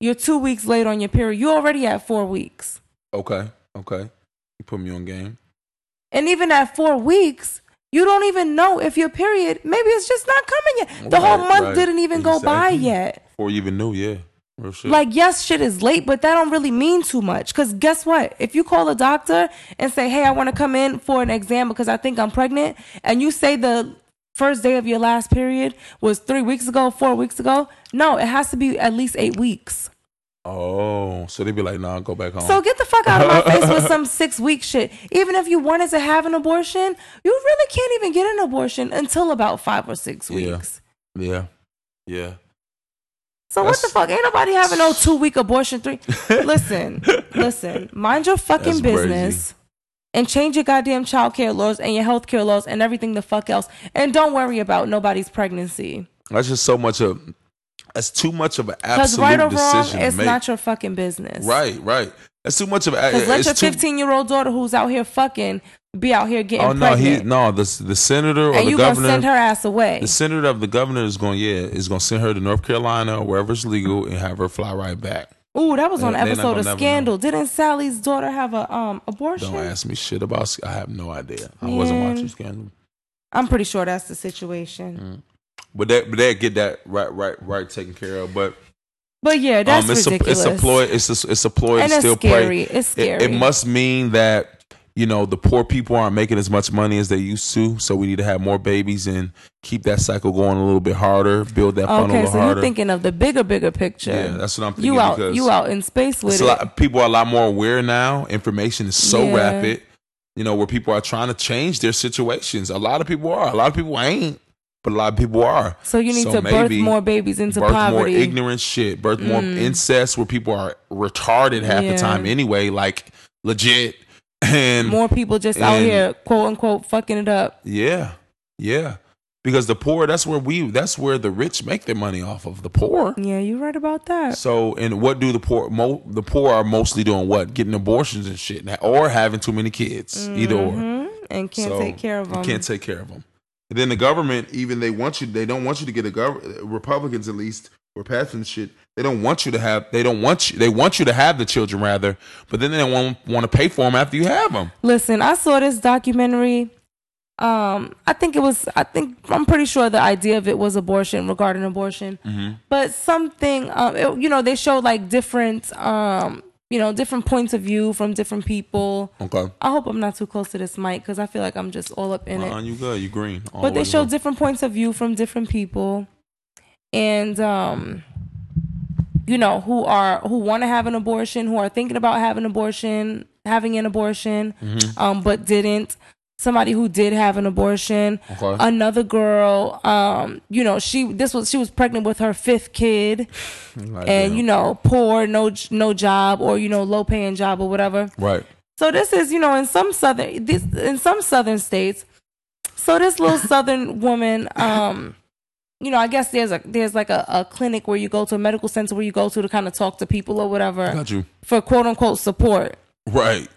S2: You're two weeks late on your period. You already at four weeks.
S3: Okay. Okay. You put me on game.
S2: And even at four weeks, you don't even know if your period, maybe it's just not coming yet. The whole
S3: Right,
S2: month
S3: right.
S2: didn't even go by
S3: Exactly.
S2: yet.
S3: Before you even knew. Yeah. Real shit.
S2: Like, yes, shit is late, but that don't really mean too much. Because guess what? If you call a doctor and say, hey, I want to come in for an exam because I think I'm pregnant, and you say the first day of your last period was three weeks ago, four weeks ago, no, it has to be at least eight weeks.
S3: oh, so they'd be like, "Nah, go back home."
S2: So get the fuck out of my face with some six week shit. Even if you wanted to have an abortion, you really can't even get an abortion until about five or six
S3: Yeah.
S2: weeks.
S3: yeah. Yeah.
S2: So what the
S3: That's-
S2: fuck? Ain't nobody having no two week abortion three. listen, listen. Mind your fucking
S3: That's
S2: business. And change your goddamn child care laws and your health care laws and everything the fuck else. And don't worry about nobody's pregnancy.
S3: That's just so much of. That's too much of an
S2: Because
S3: absolute
S2: right or wrong,
S3: decision. to
S2: it's
S3: make.
S2: not your fucking business.
S3: Right, right. That's too much of.
S2: Because let
S3: it's
S2: your
S3: too-
S2: 15 year old daughter who's out here fucking be out here getting
S3: Oh no,
S2: pregnant.
S3: he no the the senator or
S2: and
S3: the
S2: you
S3: governor.
S2: gonna send her ass away.
S3: the senator of the governor is going yeah is going to send her to North Carolina or wherever it's legal and have her fly right back.
S2: Ooh, that was on
S3: They- they not
S2: episode
S3: gonna
S2: of
S3: never
S2: Scandal. Didn't Sally's daughter have a um abortion?
S3: Don't ask me shit about. I have no idea. I wasn't
S2: Man.
S3: watching Scandal,
S2: I'm pretty sure that's the situation.
S3: Mm. but that but they get that right right right taken care of. But
S2: But yeah, that's
S3: um, it's
S2: ridiculous.
S3: a it's a ploy. It's a, it's a ploy
S2: And
S3: to
S2: it's
S3: still
S2: scary.
S3: play.
S2: It's
S3: It- It,
S2: scary.
S3: must mean that you know the poor people aren't making as much money as they used to. So we need to have more babies and keep that cycle going a little bit harder. Build that funnel a
S2: Okay,
S3: little
S2: so
S3: harder.
S2: you're thinking of the bigger, bigger picture.
S3: Yeah, that's what I'm thinking
S2: You out,
S3: because
S2: you out in space with
S3: it's
S2: it.
S3: a lot, people are a lot more aware now. Information is so
S2: Yeah.
S3: rapid. You know where people are trying to change their situations. A lot of people are. A lot of people ain't, but a lot of people are.
S2: so you need to birth
S3: maybe
S2: more babies into
S3: birth more
S2: poverty. Mm.
S3: ignorant shit, birth more incest where people are retarded half
S2: Yeah.
S3: the time anyway, like legit. And
S2: More people just out
S3: and-
S2: here, quote unquote, fucking it up.
S3: yeah, yeah, because the poor that's where we that's where the rich make their money off of the poor.
S2: Yeah, you're right about that.
S3: So, and what do the poor? Mo, the poor are mostly doing what? Getting abortions and shit, or having too many kids. Either or,
S2: Mhm, And can't
S3: So,
S2: take care of
S3: you
S2: them.
S3: Can't take care of them. And then the government, even they want you. They don't want you to get a government. Republicans, at least, were passing shit. They don't want you to have. They don't want you. They want you to have the children, rather. But then they don't want, want to pay for them after you have them.
S2: Listen, I saw this documentary um i think it was i think i'm pretty sure the idea of it was abortion regarding abortion
S3: Mm-hmm.
S2: but something um it, you know they showed like different um you know different points of view from different people
S3: Okay.
S2: i hope i'm not too close to this mic because i feel like i'm just all up in it
S3: Uh-uh, you good? You green? all
S2: but
S3: the
S2: they
S3: way
S2: show
S3: green.
S2: different points of view from different people and um you know who are who want to have an abortion who are thinking about having abortion having an abortion
S3: Mm-hmm.
S2: um but didn't somebody who did have an abortion
S3: Okay.
S2: another girl um you know she this was she was pregnant with her fifth kid
S3: Like,
S2: and
S3: yeah.
S2: you know poor no j- no job or you know low paying job or whatever
S3: right?
S2: so this is, you know, in some southern this in some southern states. So this little southern woman, um, you know, I guess there's a there's like a, a clinic where you go to a medical center where you go to to kind of talk to people or whatever
S3: Got you.
S2: for quote unquote support
S3: Right.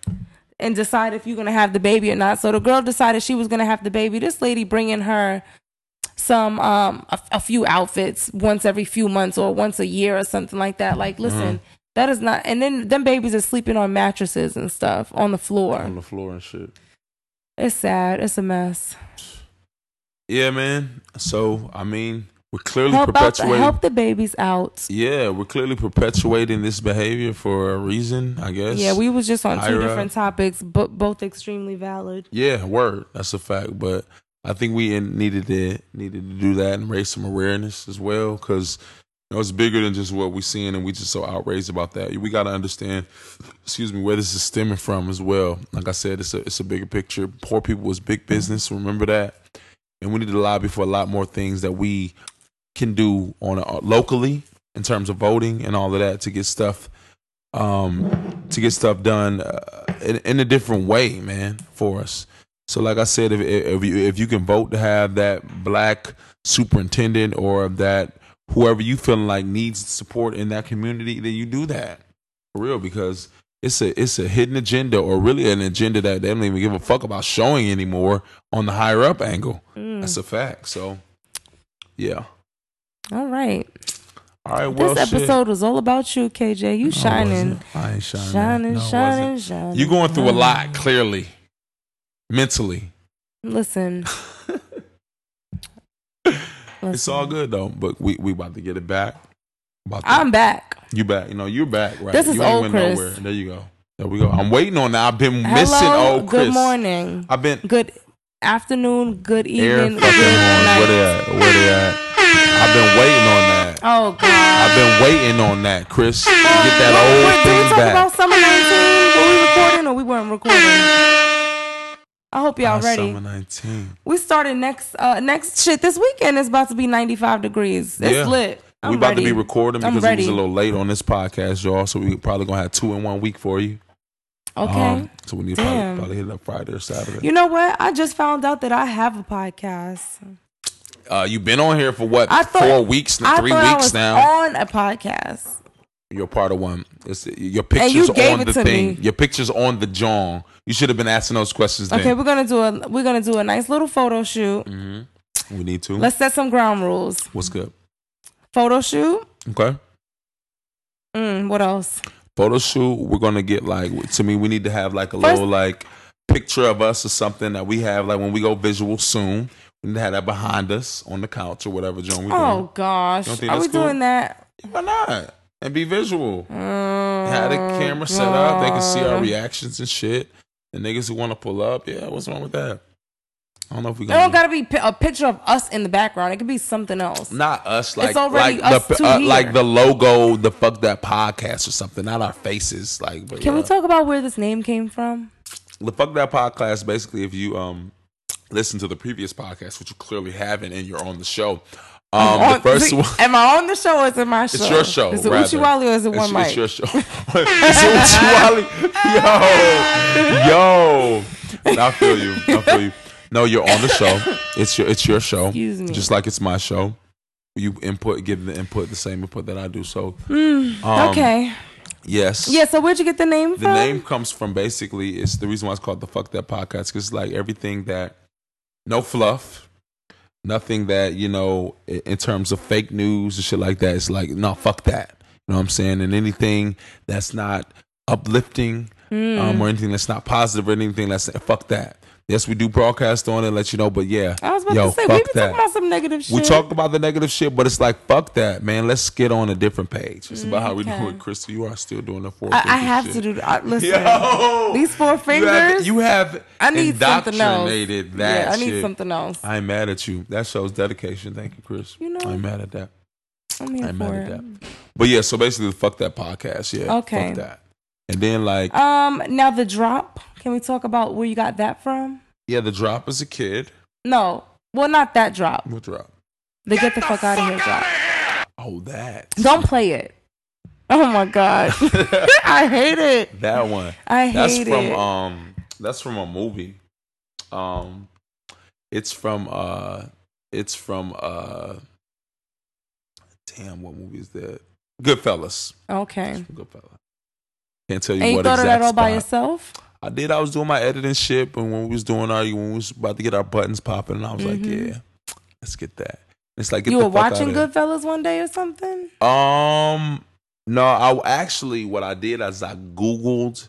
S2: and decide if you're gonna have the baby or not. So the girl decided she was gonna have the baby. This lady bringing her some um a, a few outfits once every few months or once a year or something like that. Like, listen, that is not. And then them babies are sleeping on mattresses and stuff on the floor.
S3: On the floor and shit.
S2: It's sad. It's a mess.
S3: Yeah, man. So I mean, we're clearly
S2: Help out. The,
S3: perpetuating.
S2: help the babies out.
S3: Yeah, we're clearly perpetuating this behavior for a reason, I guess.
S2: Yeah, we was just on two
S3: Ira.
S2: different topics, but both extremely valid.
S3: Yeah, word. That's a fact. But I think we in- needed to needed to do that and raise some awareness as well, because you know, it's bigger than just what we're seeing, and we just so outraged about that. We got to understand, excuse me, where this is stemming from as well. Like I said, it's a it's a bigger picture. Poor people is big business. Remember that, and we need to lobby for a lot more things that we can do on a, locally in terms of voting and all of that to get stuff um, to get stuff done uh, in, in a different way, man, for us. So, like I said, if, if you if you can vote to have that black superintendent or that whoever you feeling like needs support in that community, then you do that for real because it's a it's a hidden agenda or really an agenda that they don't even give a fuck about showing anymore on the higher up angle.
S2: Mm.
S3: That's a fact. So, yeah.
S2: All right.
S3: All right. Well,
S2: this
S3: shit. Oh,
S2: episode was all about you, KJ. You
S3: No, I wasn't.
S2: shining.
S3: I ain't shining.
S2: Shining,
S3: No, I wasn't.
S2: shining, shining.
S3: You're going through a lot, clearly, mentally.
S2: Listen.
S3: It's all good though, but we we about to get it back. About to-
S2: I'm back.
S3: you back. You know you're back, right?
S2: This is
S3: you ain't
S2: old
S3: went
S2: Chris.
S3: nowhere. There you go. There we go. I'm waiting on that. I've been missing
S2: Hello.
S3: old Chris.
S2: Good morning.
S3: I've been
S2: Good afternoon. Good
S3: air fucking
S2: evening. Good
S3: on. Where they
S2: night.
S3: at? Where they at? I've been waiting on that.
S2: Oh God.
S3: I've been waiting on that, Chris. Get that
S2: Wait,
S3: old
S2: did we
S3: thing
S2: talk about
S3: back.
S2: summer 19? Were we recording or we weren't recording? I hope y'all
S3: By
S2: ready.
S3: Summer 19.
S2: We started next uh next shit. This weekend is about to be 95 degrees. It's
S3: Yeah.
S2: lit. I'm
S3: we about
S2: ready.
S3: to be recording
S2: I'm
S3: because it was
S2: ready.
S3: a little late on this podcast, y'all. So we probably gonna have two in one week for you.
S2: Okay.
S3: Um, so we need to probably,
S2: Damn.
S3: probably hit it up Friday or Saturday.
S2: you know what? I just found out that I have a podcast.
S3: Uh, you've been on here for what?
S2: I thought-
S3: four weeks,
S2: I
S3: three
S2: thought I
S3: weeks
S2: was
S3: now.
S2: on a podcast.
S3: you're part of one. It's, your pictures
S2: you gave
S3: on
S2: it
S3: the
S2: to
S3: thing.
S2: me.
S3: Your pictures on the John. You should have been asking those questions. Then.
S2: Okay, we're gonna do a we're gonna do a nice little photo shoot.
S3: Mm-hmm. we need to.
S2: Let's set some ground rules.
S3: What's good?
S2: Photo shoot.
S3: Okay.
S2: Mm, what else?
S3: Photo shoot. We're gonna get like to me. We need to have like a
S2: First-
S3: little like picture of us or something that we have like when we go visual soon. We need to have that behind us on the couch or whatever, John. We doing.
S2: Oh gosh,
S3: Don't think
S2: are
S3: that's
S2: we doing
S3: cool?
S2: that?
S3: Why not? And be visual.
S2: Mm,
S3: Have the camera set up. They can see our
S2: God.
S3: reactions and shit. The niggas who want to pull up. Yeah, what's wrong with that? I don't know if we
S2: It don't
S3: gonna
S2: gotta be pi- a picture of us in the background. It could be something else.
S3: not us like
S2: already
S3: like
S2: us
S3: the uh,
S2: two here.
S3: like the logo, the fuck that podcast or something. Not our faces. Like, but
S2: Can we
S3: yeah.
S2: talk about where this name came from?
S3: the fuck that podcast? Basically, if you um listen to the previous podcast, which you clearly haven't, and you're on the show. Um, the
S2: On-
S3: first
S2: see,
S3: one.
S2: Am I on the show or is it my show?
S3: It's your show.
S2: Is it
S3: rather.
S2: Uchiwali or is it one
S3: it's,
S2: mic?
S3: It's your show. it's Uchiwali. Yo, yo. I feel you. I feel you. No, you're on the show. It's your it's your show.
S2: Excuse me.
S3: Just like it's my show. You input, give the input the same input that I do. So um,
S2: Hmm. okay.
S3: Yes.
S2: Yeah. So where'd you get the name
S3: The
S2: from?
S3: name comes from basically it's the reason why it's called the fuck that podcast because it's like everything that no fluff, nothing that you know i- in terms of fake news and shit like that. It's like no fuck that. You know what I'm saying? And anything
S2: Hmm.
S3: that's not uplifting um, or anything that's not positive or anything that's fuck that. Yes, we do broadcast on it, let you know. But yeah,
S2: I was about
S3: yo,
S2: to say we
S3: fuck
S2: be
S3: that.
S2: talking about some negative shit.
S3: we talked about the negative shit, but it's like fuck that, man. Let's get on a different page. It's about how we
S2: Mm, Okay.
S3: do it, Crystal. You are still doing the four.
S2: I, I have to do. I, listen,
S3: Yo,
S2: these four
S3: You have,
S2: fingers,
S3: you have
S2: I need something else.
S3: indoctrinated that.
S2: yeah, I need
S3: shit.
S2: something else.
S3: I ain't mad at you. That shows dedication. Thank you, Chris.
S2: You know-
S3: I ain't mad at that.
S2: I'm here
S3: I ain't
S2: for
S3: mad at
S2: it.
S3: that. But yeah, so basically, fuck that podcast. Yeah,
S2: Okay.
S3: fuck that. And then like,
S2: Um, now the drop. Can we talk about where you got that from?
S3: yeah, the drop is a kid.
S2: No, well, not that drop.
S3: What drop?
S2: The get, the, fuck, out of here drop.
S3: Oh, that.
S2: Don't play it. Oh my god, I hate it.
S3: that one.
S2: I hate
S3: That's
S2: it.
S3: from um. That's from a movie. Um, it's from uh, it's from uh. Damn, what movie is that? Goodfellas.
S2: okay.
S3: Goodfellas. Can't tell you
S2: And you
S3: what
S2: thought of that
S3: exact
S2: all by
S3: spot.
S2: yourself?
S3: I did. I was doing my editing shit, but when we was doing our, when we was about to get our buttons popping, and I was like,
S2: Mhm.
S3: yeah, let's get that. It's like get
S2: you
S3: the
S2: were
S3: fuck
S2: watching
S3: outta Oh,
S2: Goodfellas one day or something?
S3: here. Um, no, I actually what I did is I googled,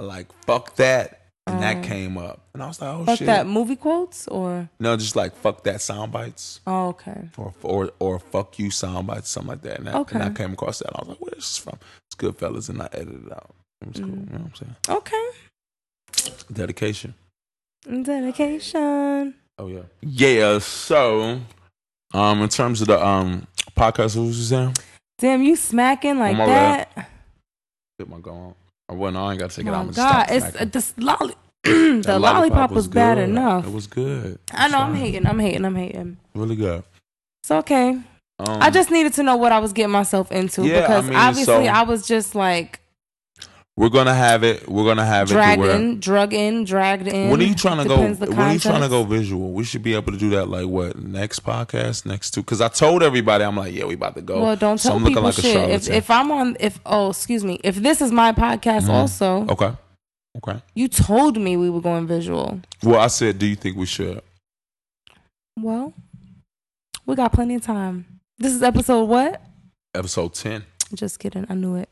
S3: like fuck that, and
S2: Oh.
S3: that came up, and I was like, oh
S2: Fuck
S3: shit,
S2: that movie quotes or
S3: no, just like fuck that sound bites.
S2: oh, okay.
S3: Or, or or fuck you sound bites, something like that. And, I,
S2: Okay.
S3: and I came across that. And I was like, where is this from? It's Goodfellas, and I edited it out. It was cool.
S2: Mm.
S3: You know what I'm saying?
S2: Okay.
S3: Dedication.
S2: Dedication.
S3: Oh yeah. Yeah. So, um, in terms of the um podcast, what was you saying?
S2: Damn, you smacking like
S3: my
S2: that. Oh
S3: Get my gone. I wasn't. I ain't got to take it out.
S2: My
S3: I'm gonna
S2: God,
S3: stop
S2: it's
S3: smacking.
S2: the lolly. the
S3: That
S2: lollipop, was, bad
S3: good.
S2: enough.
S3: It was good.
S2: I know I'm
S3: Sorry.
S2: hating. I'm hating. I'm hating.
S3: Really good.
S2: It's okay.
S3: Um,
S2: I just needed to know what I was getting myself into
S3: Yeah, I
S2: because
S3: mean,
S2: obviously
S3: so-
S2: I was just like
S3: we're gonna have it. We're gonna have
S2: dragged
S3: it. to where-
S2: in, drug in, dragged in.
S3: When are you trying to go?
S2: Depends the
S3: When are you trying to
S2: context.
S3: go visual? We should be able to do that. Like what next podcast? Next two? Because I told everybody I'm like, yeah, we about to go.
S2: Well, don't
S3: So
S2: tell
S3: I'm looking
S2: people
S3: like a
S2: shit. If,
S3: charlatan. Mm-hmm.
S2: if I'm on, if oh, excuse me, if this is my podcast, also,
S3: okay, okay.
S2: you told me we were going visual.
S3: Well, I said, do you think we should?
S2: Well, we got plenty of time. This is episode what?
S3: Episode ten.
S2: Just kidding. I knew it.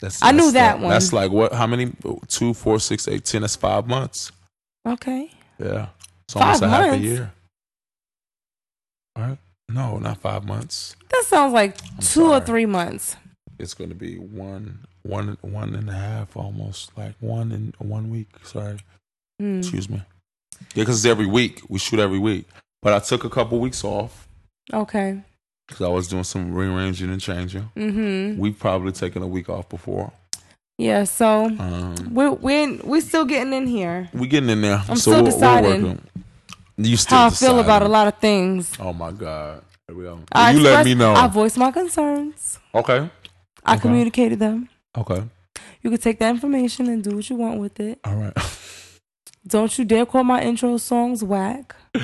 S3: That's,
S2: I knew
S3: that's
S2: that
S3: like-
S2: one.
S3: That's like what? How many? Two, four, six, eight, ten. That's five months.
S2: Okay.
S3: Yeah, it's
S2: Five
S3: almost a half a
S2: months?
S3: year. Right? No, not five months.
S2: That sounds like two or
S3: sorry.
S2: three months.
S3: It's going to be one, one, one and a half, almost like one in one week. Sorry,
S2: Hmm.
S3: excuse me. Yeah, because it's every week. We shoot every week. But I took a couple weeks off
S2: Okay.
S3: because I was doing some rearranging and changing.
S2: Mm-hmm.
S3: We've probably taken a week off before.
S2: Yeah. So
S3: Um,
S2: we're we're we're still getting in here.
S3: we getting in there.
S2: I'm still deciding
S3: You still
S2: How I feel about
S3: deciding.
S2: a lot of things.
S3: Oh my god. Here we go.
S2: I
S3: you let
S2: expressed-
S3: me know.
S2: I voiced my concerns.
S3: okay.
S2: I
S3: Okay.
S2: communicated them.
S3: Okay.
S2: You can take that information and do what you want with it.
S3: All right.
S2: Don't you dare call my intro songs whack,
S3: All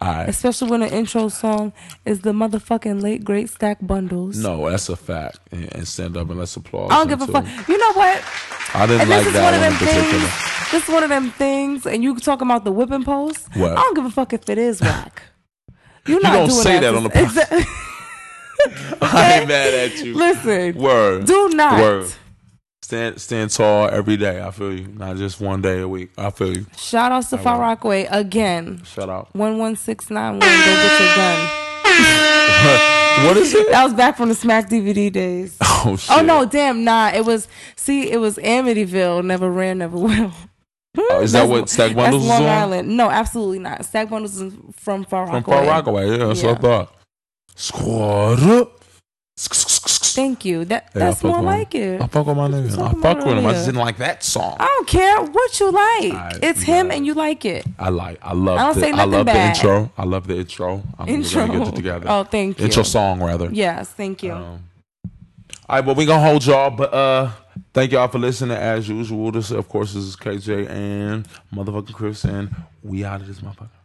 S3: right.
S2: especially when an intro song is the motherfucking late great stack bundles.
S3: No, that's a fact. And, and stand up and let's applaud.
S2: I don't
S3: them
S2: give a
S3: too.
S2: fuck. You know what?
S3: I didn't
S2: And
S3: like
S2: this is
S3: that
S2: one of
S3: one, in
S2: them
S3: particular.
S2: things. This is one of them things, and you talking about the whipping post.
S3: What?
S2: I don't give a fuck if it is whack. You're not
S3: don't
S2: doing
S3: say
S2: that,
S3: that on the
S2: sis.
S3: podcast. I ain't mad at you.
S2: Listen,
S3: Word.
S2: do not.
S3: Word. Stand stand tall every day. I feel you. Not just one day a week. I feel you.
S2: Shout out to Far
S3: won't.
S2: Rockaway again.
S3: Shout out.
S2: One one six nine one. Go get your gun.
S3: what is it?
S2: That was back from the Smack DVD days.
S3: Oh shit.
S2: Oh no, damn, nah. It was see, it was Amityville, never ran, never will.
S3: Oh, is that what Stack Bundles
S2: that's
S3: was
S2: Long
S3: on?
S2: Island. No, absolutely not. Stack Bundles is from Far
S3: From
S2: Rockaway.
S3: Far Rockaway. Yeah, that's what I
S2: Yeah.
S3: thought. Squad up.
S2: Thank you. That
S3: Hey, I
S2: that's
S3: fuck
S2: more
S3: with Oh.
S2: like it.
S3: I fuck with my nigga. I
S2: talking about
S3: fuck with him. I
S2: earlier.
S3: just didn't like that song.
S2: I don't care what you like.
S3: Alright,
S2: it's
S3: you
S2: him
S3: got it.
S2: and you like it.
S3: I like. I love.
S2: I don't
S3: the,
S2: say
S3: I
S2: nothing
S3: love
S2: bad.
S3: the intro. I love the intro. I'm we're
S2: Intro.
S3: gonna get it together.
S2: Oh, thank you.
S3: intro song rather.
S2: Yes, thank you.
S3: Um, all right, but we gonna hold y'all. But uh, thank y'all for listening as usual. This, of course, is KJ and motherfucking Chris, and we out of this motherfucker.